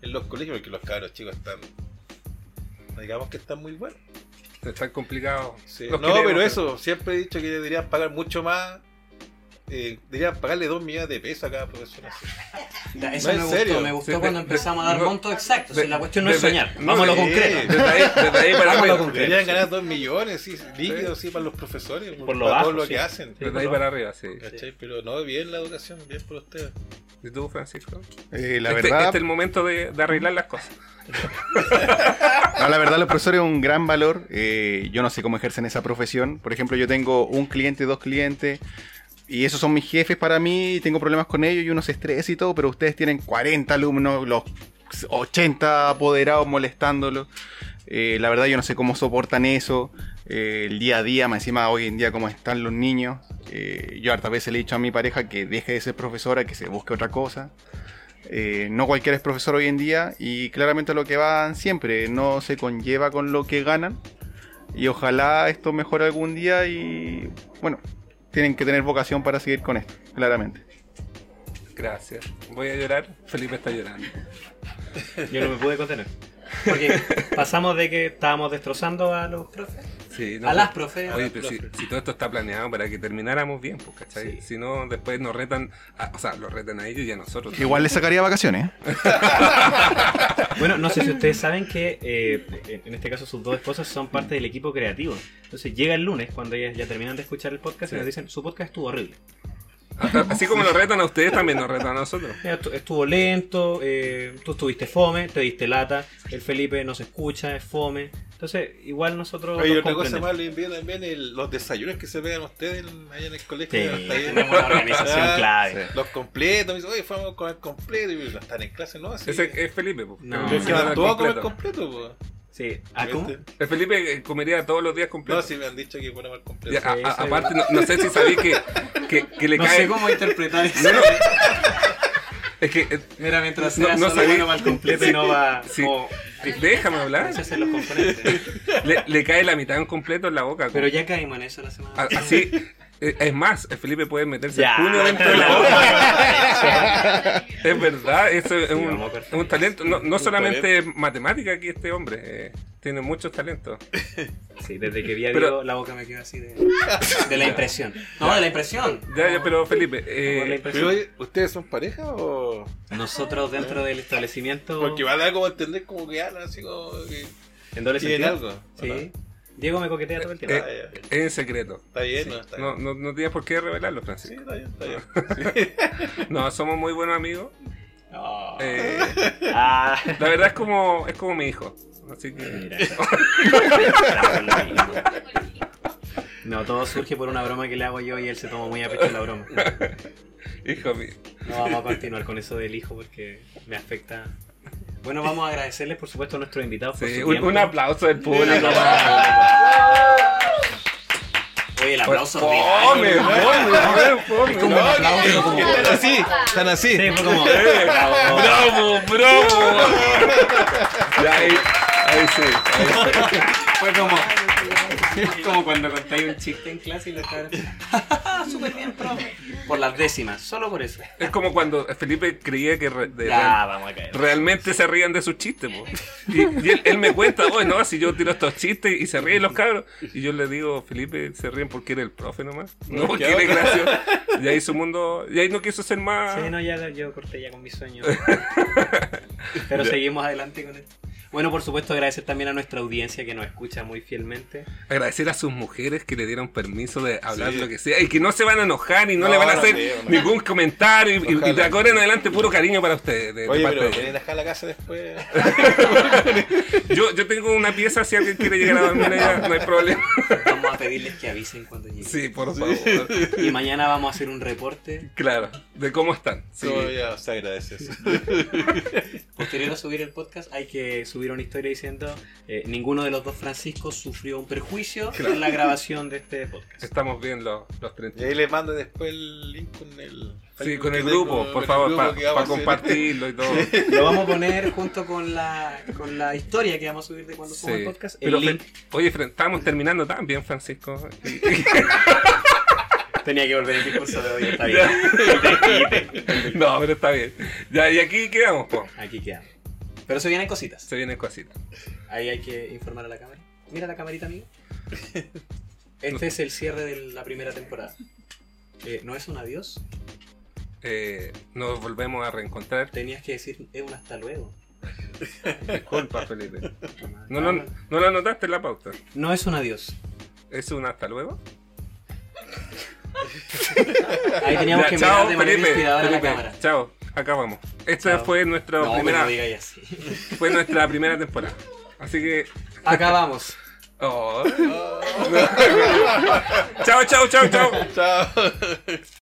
[SPEAKER 4] en los colegios, porque los cabros chicos están. Digamos que están muy buenos.
[SPEAKER 2] Están complicados.
[SPEAKER 4] Sí. No,
[SPEAKER 2] Los queremos,
[SPEAKER 4] pero eso, siempre he dicho que deberían pagar mucho más. eh, deberían pagarle dos millones de pesos a cada profesor. así.
[SPEAKER 6] Ya,
[SPEAKER 4] No,
[SPEAKER 6] eso
[SPEAKER 4] en
[SPEAKER 6] me gustó,
[SPEAKER 4] serio.
[SPEAKER 6] me gustó
[SPEAKER 2] De- de-
[SPEAKER 6] cuando
[SPEAKER 2] de-
[SPEAKER 6] empezamos a dar
[SPEAKER 2] no-
[SPEAKER 6] montos exactos.
[SPEAKER 2] de-
[SPEAKER 6] si la cuestión no es
[SPEAKER 2] de-
[SPEAKER 6] soñar,
[SPEAKER 2] no,
[SPEAKER 6] vamos a lo
[SPEAKER 4] sí.
[SPEAKER 6] concreto.
[SPEAKER 2] Desde ahí, desde ahí para
[SPEAKER 6] Vámonos
[SPEAKER 2] arriba.
[SPEAKER 6] con-
[SPEAKER 4] Deberían ganar dos millones, sí, líquidos, sí, para los profesores,
[SPEAKER 3] Por lo
[SPEAKER 4] para
[SPEAKER 3] bajo,
[SPEAKER 4] todo lo
[SPEAKER 3] sí.
[SPEAKER 4] que hacen.
[SPEAKER 2] Desde ahí para arriba, sí.
[SPEAKER 4] ¿Cachai? Pero no, bien la educación, bien por ustedes.
[SPEAKER 2] ¿Y tú, Francisco?
[SPEAKER 5] Eh, la
[SPEAKER 2] este,
[SPEAKER 5] verdad,
[SPEAKER 2] este es el momento de, de arreglar las cosas.
[SPEAKER 5] No, la verdad, los profesores es un gran valor. Eh, yo no sé cómo ejercen esa profesión. Por ejemplo, yo tengo un cliente, dos clientes, y esos son mis jefes para mí, y tengo problemas con ellos, y uno se estresa y todo, pero ustedes tienen 40 alumnos, los 80 apoderados molestándolos. Eh, la verdad, yo no sé cómo soportan eso. eh, el día a día, más encima hoy en día, cómo están los niños. Eh, yo hartas veces le he dicho a mi pareja que deje de ser profesora, que se busque otra cosa. Eh, no cualquiera es profesor hoy en día y claramente lo que van siempre no se conlleva con lo que ganan y ojalá esto mejore algún día y bueno, tienen que tener vocación para seguir con esto, claramente.
[SPEAKER 2] Gracias. Voy a llorar. Felipe está llorando.
[SPEAKER 3] Yo no me pude contener. Porque pasamos de que estábamos destrozando a los profes.
[SPEAKER 2] Sí, no,
[SPEAKER 6] A las
[SPEAKER 2] pues-
[SPEAKER 6] profes.
[SPEAKER 2] Oye, pero si, si todo esto está planeado para que termináramos bien, pues, ¿cachai?
[SPEAKER 3] Sí.
[SPEAKER 2] Si no, después nos retan, a- o sea, los retan a ellos y a nosotros.
[SPEAKER 5] Igual les sacaría vacaciones. ¿eh?
[SPEAKER 3] Bueno, no sé si ustedes saben que eh, en- en este caso sus dos esposas son parte del equipo creativo. Entonces llega el lunes cuando ellas ya terminan de escuchar el podcast
[SPEAKER 2] Sí.
[SPEAKER 3] y nos dicen, su podcast estuvo horrible.
[SPEAKER 2] A- a- (laughs) Así como nos retan a ustedes, también nos retan a nosotros.
[SPEAKER 3] Mira, tu- Estuvo lento, eh, tú estuviste fome, te diste lata, el Felipe no se escucha, es fome. Entonces, igual nosotros...
[SPEAKER 4] Oye,
[SPEAKER 3] nos
[SPEAKER 4] otra cosa
[SPEAKER 3] comprendemos.
[SPEAKER 4] más, les envío también el- los desayunos que se pegan ustedes en- allá en el colegio.
[SPEAKER 3] Sí,
[SPEAKER 4] Hasta ahí.
[SPEAKER 3] tenemos una organización
[SPEAKER 4] Ah,
[SPEAKER 3] clave.
[SPEAKER 4] Los completos, me dicen, oye, fuimos a comer completo. Y yo, no están en clase, no, así.
[SPEAKER 2] Ese es Felipe, pues.
[SPEAKER 3] No.
[SPEAKER 2] Tenemos
[SPEAKER 4] Pero
[SPEAKER 2] que
[SPEAKER 4] es que
[SPEAKER 2] dar
[SPEAKER 4] no,
[SPEAKER 2] al
[SPEAKER 4] tú vas a comer
[SPEAKER 2] completo.
[SPEAKER 4] completo, po.
[SPEAKER 3] Sí. ¿Ah, cómo?
[SPEAKER 4] ¿Viste?
[SPEAKER 2] El Felipe eh, comería todos los días completo.
[SPEAKER 4] No, si me han dicho que ponemos el completo.
[SPEAKER 2] Ya, a-
[SPEAKER 3] Sí,
[SPEAKER 2] a-
[SPEAKER 3] sí.
[SPEAKER 2] aparte, no, no sé si sabía que, que, que le
[SPEAKER 8] No
[SPEAKER 2] cae.
[SPEAKER 8] sé cómo interpretar eso.
[SPEAKER 2] No, no. Es que eh,
[SPEAKER 8] Mira, mientras
[SPEAKER 2] No-
[SPEAKER 8] sea
[SPEAKER 2] no
[SPEAKER 8] solo
[SPEAKER 2] sabía.
[SPEAKER 8] bueno va al completo.
[SPEAKER 3] Felipe no va...
[SPEAKER 2] Sí. ¿Ah?
[SPEAKER 3] o-
[SPEAKER 2] De- Déjame hablar.
[SPEAKER 3] Eso hacen los componentes.
[SPEAKER 2] Le, le cae la mitad en completo en la boca.
[SPEAKER 3] Pero ya caímos en eso la semana
[SPEAKER 2] A-
[SPEAKER 3] pasada.
[SPEAKER 2] Así. eh, Es más, Felipe puede meterse
[SPEAKER 6] Ya.
[SPEAKER 2] el puño dentro de la boca.
[SPEAKER 9] Es
[SPEAKER 2] (laughs) Es verdad, eso es un,
[SPEAKER 3] vamos,
[SPEAKER 2] es un talento. No, no
[SPEAKER 4] Un
[SPEAKER 2] solamente matemática que este hombre, eh, tiene muchos talentos.
[SPEAKER 6] Sí, desde que vi a
[SPEAKER 2] Pero-
[SPEAKER 6] Diego, la
[SPEAKER 3] La boca me quedó así de, de la impresión. No, de la impresión.
[SPEAKER 2] Ya, ya, pero Felipe,
[SPEAKER 3] Por la
[SPEAKER 2] eh,
[SPEAKER 4] Pero,
[SPEAKER 3] impresión.
[SPEAKER 4] oye, ¿ustedes son pareja o...?
[SPEAKER 6] Nosotros dentro del establecimiento.
[SPEAKER 4] Porque van a como entender como que hablan así como que
[SPEAKER 6] ¿En doble
[SPEAKER 4] tienen
[SPEAKER 6] sentido?
[SPEAKER 4] algo.
[SPEAKER 6] Sí. Diego me coquetea todo el tiempo.
[SPEAKER 2] Eh,
[SPEAKER 4] Ah, ya.
[SPEAKER 2] es en secreto.
[SPEAKER 4] Está bien, no, está
[SPEAKER 2] No,
[SPEAKER 4] bien.
[SPEAKER 2] no, no tienes por qué revelarlo,
[SPEAKER 4] Sí,
[SPEAKER 2] Francisco.
[SPEAKER 4] está bien,
[SPEAKER 2] (laughs)
[SPEAKER 4] está bien.
[SPEAKER 2] No, somos muy buenos amigos.
[SPEAKER 6] No.
[SPEAKER 2] Eh,
[SPEAKER 6] (laughs) Ah, (laughs)
[SPEAKER 2] la verdad es como, es como mi hijo. Así que.
[SPEAKER 6] mira. No, todo surge por una broma que le hago yo y él se toma muy a pecho la broma.
[SPEAKER 2] Hijo mío.
[SPEAKER 6] No vamos a continuar con eso del hijo porque me afecta.
[SPEAKER 3] Bueno, vamos
[SPEAKER 6] Vamos a agradecerles, por supuesto, a nuestros invitados. Por
[SPEAKER 2] Sí,
[SPEAKER 6] su
[SPEAKER 2] un,
[SPEAKER 6] tiempo.
[SPEAKER 2] un aplauso del público.
[SPEAKER 3] a. Oye, el aplauso.
[SPEAKER 2] Oh, me voy, me voy, me voy.
[SPEAKER 4] No, que- que están así, están así.
[SPEAKER 6] Sí, fue como.
[SPEAKER 2] Eh,
[SPEAKER 6] bravo.
[SPEAKER 2] ¡Bravo, bravo!
[SPEAKER 6] (laughs)
[SPEAKER 2] Ya, ahí, ahí sí, ahí sí.
[SPEAKER 10] Fue como. como cuando contáis un chiste.
[SPEAKER 3] en clase y la cara. (laughs) Súper bien, profe. Por las décimas, solo por eso.
[SPEAKER 2] Es como cuando Felipe creía que re- de-
[SPEAKER 6] Ya, vamos a caer.
[SPEAKER 2] realmente se rían de sus chistes. po. Y, y él, él me cuenta, oye, no, si yo tiro estos chistes y se ríen los cabros. Y yo le digo, Felipe, se ríen porque era el profe nomás. No, porque era gracioso. Y ahí su mundo, y ahí no quiso ser más.
[SPEAKER 3] Sí, no, ya yo corté ya con mis sueños. Pero seguimos adelante con esto.
[SPEAKER 6] Bueno, por supuesto, agradecer también a nuestra audiencia que nos escucha muy fielmente.
[SPEAKER 2] Agradecer a sus mujeres que le dieron permiso de hablar
[SPEAKER 4] Sí.
[SPEAKER 2] lo que sea y que no se van a enojar y no,
[SPEAKER 4] No,
[SPEAKER 2] le van a
[SPEAKER 4] no
[SPEAKER 2] hacer
[SPEAKER 4] creo, no.
[SPEAKER 2] ningún comentario. Y, y- y de
[SPEAKER 4] Ojalá.
[SPEAKER 2] ahora en adelante, puro cariño para ustedes. de- de
[SPEAKER 4] Oye,
[SPEAKER 2] Eh, parte
[SPEAKER 4] pero
[SPEAKER 2] de-
[SPEAKER 4] pueden dejar la casa después.
[SPEAKER 2] Yo, yo tengo una pieza, si alguien quiere llegar a dormir allá, no hay problema.
[SPEAKER 3] Vamos a pedirles que avisen cuando lleguen.
[SPEAKER 2] Sí, por favor.
[SPEAKER 3] Y mañana vamos a hacer un reporte
[SPEAKER 2] Claro, de cómo están. (laughs) Sí.
[SPEAKER 4] Todavía se agradece eso.
[SPEAKER 3] posterior a subir el podcast. Hay que subir una historia diciendo eh, ninguno de los dos Franciscos sufrió un perjuicio en la grabación de este podcast.
[SPEAKER 2] Estamos bien los, los
[SPEAKER 4] Y
[SPEAKER 2] 30.
[SPEAKER 4] ahí les mando después el link con el.
[SPEAKER 2] Sí, con el
[SPEAKER 4] que
[SPEAKER 2] grupo,
[SPEAKER 4] tengo, con
[SPEAKER 2] por
[SPEAKER 4] el
[SPEAKER 2] favor,
[SPEAKER 4] grupo
[SPEAKER 2] para
[SPEAKER 4] que vamos a hacer.
[SPEAKER 2] compartirlo y todo.
[SPEAKER 3] Lo vamos a poner junto con la con la historia que vamos a subir de cuando suba
[SPEAKER 2] Sí.
[SPEAKER 3] el podcast. El
[SPEAKER 2] Pero,
[SPEAKER 3] link.
[SPEAKER 2] Fran- oye, Fran, estábamos terminando tan bien,
[SPEAKER 3] (laughs)
[SPEAKER 2] Francisco. Y- y-
[SPEAKER 6] Tenía que volver el discurso de hoy, está bien.
[SPEAKER 2] no, pero está bien. Ya, y aquí quedamos, po.
[SPEAKER 6] Aquí quedamos.
[SPEAKER 3] Pero se vienen cositas.
[SPEAKER 2] Se vienen cositas.
[SPEAKER 3] Ahí hay que informar a la cámara. Mira la camarita, amigo. Este es el cierre de la primera temporada. Eh, ¿No es un adiós?
[SPEAKER 2] Eh, nos volvemos a reencontrar.
[SPEAKER 3] Tenías que decir es un hasta luego.
[SPEAKER 2] (laughs) Disculpa, Felipe. No, lo- no lo anotaste en la pauta.
[SPEAKER 3] No es un adiós.
[SPEAKER 2] Es un hasta luego.
[SPEAKER 3] Ahí teníamos
[SPEAKER 2] Ya,
[SPEAKER 3] que
[SPEAKER 2] chao,
[SPEAKER 3] mirar de manera
[SPEAKER 2] Felipe,
[SPEAKER 3] inspiradora
[SPEAKER 2] Felipe,
[SPEAKER 3] la cámara.
[SPEAKER 2] Chao, acabamos. Esta
[SPEAKER 3] Chao.
[SPEAKER 2] fue nuestra
[SPEAKER 3] No, pero
[SPEAKER 2] primera
[SPEAKER 3] no digáis así.
[SPEAKER 2] fue nuestra primera temporada. Así que
[SPEAKER 3] Acabamos.
[SPEAKER 2] 哦 (laughs) oh. chao, chao, chao, chao.
[SPEAKER 4] (laughs) Chao.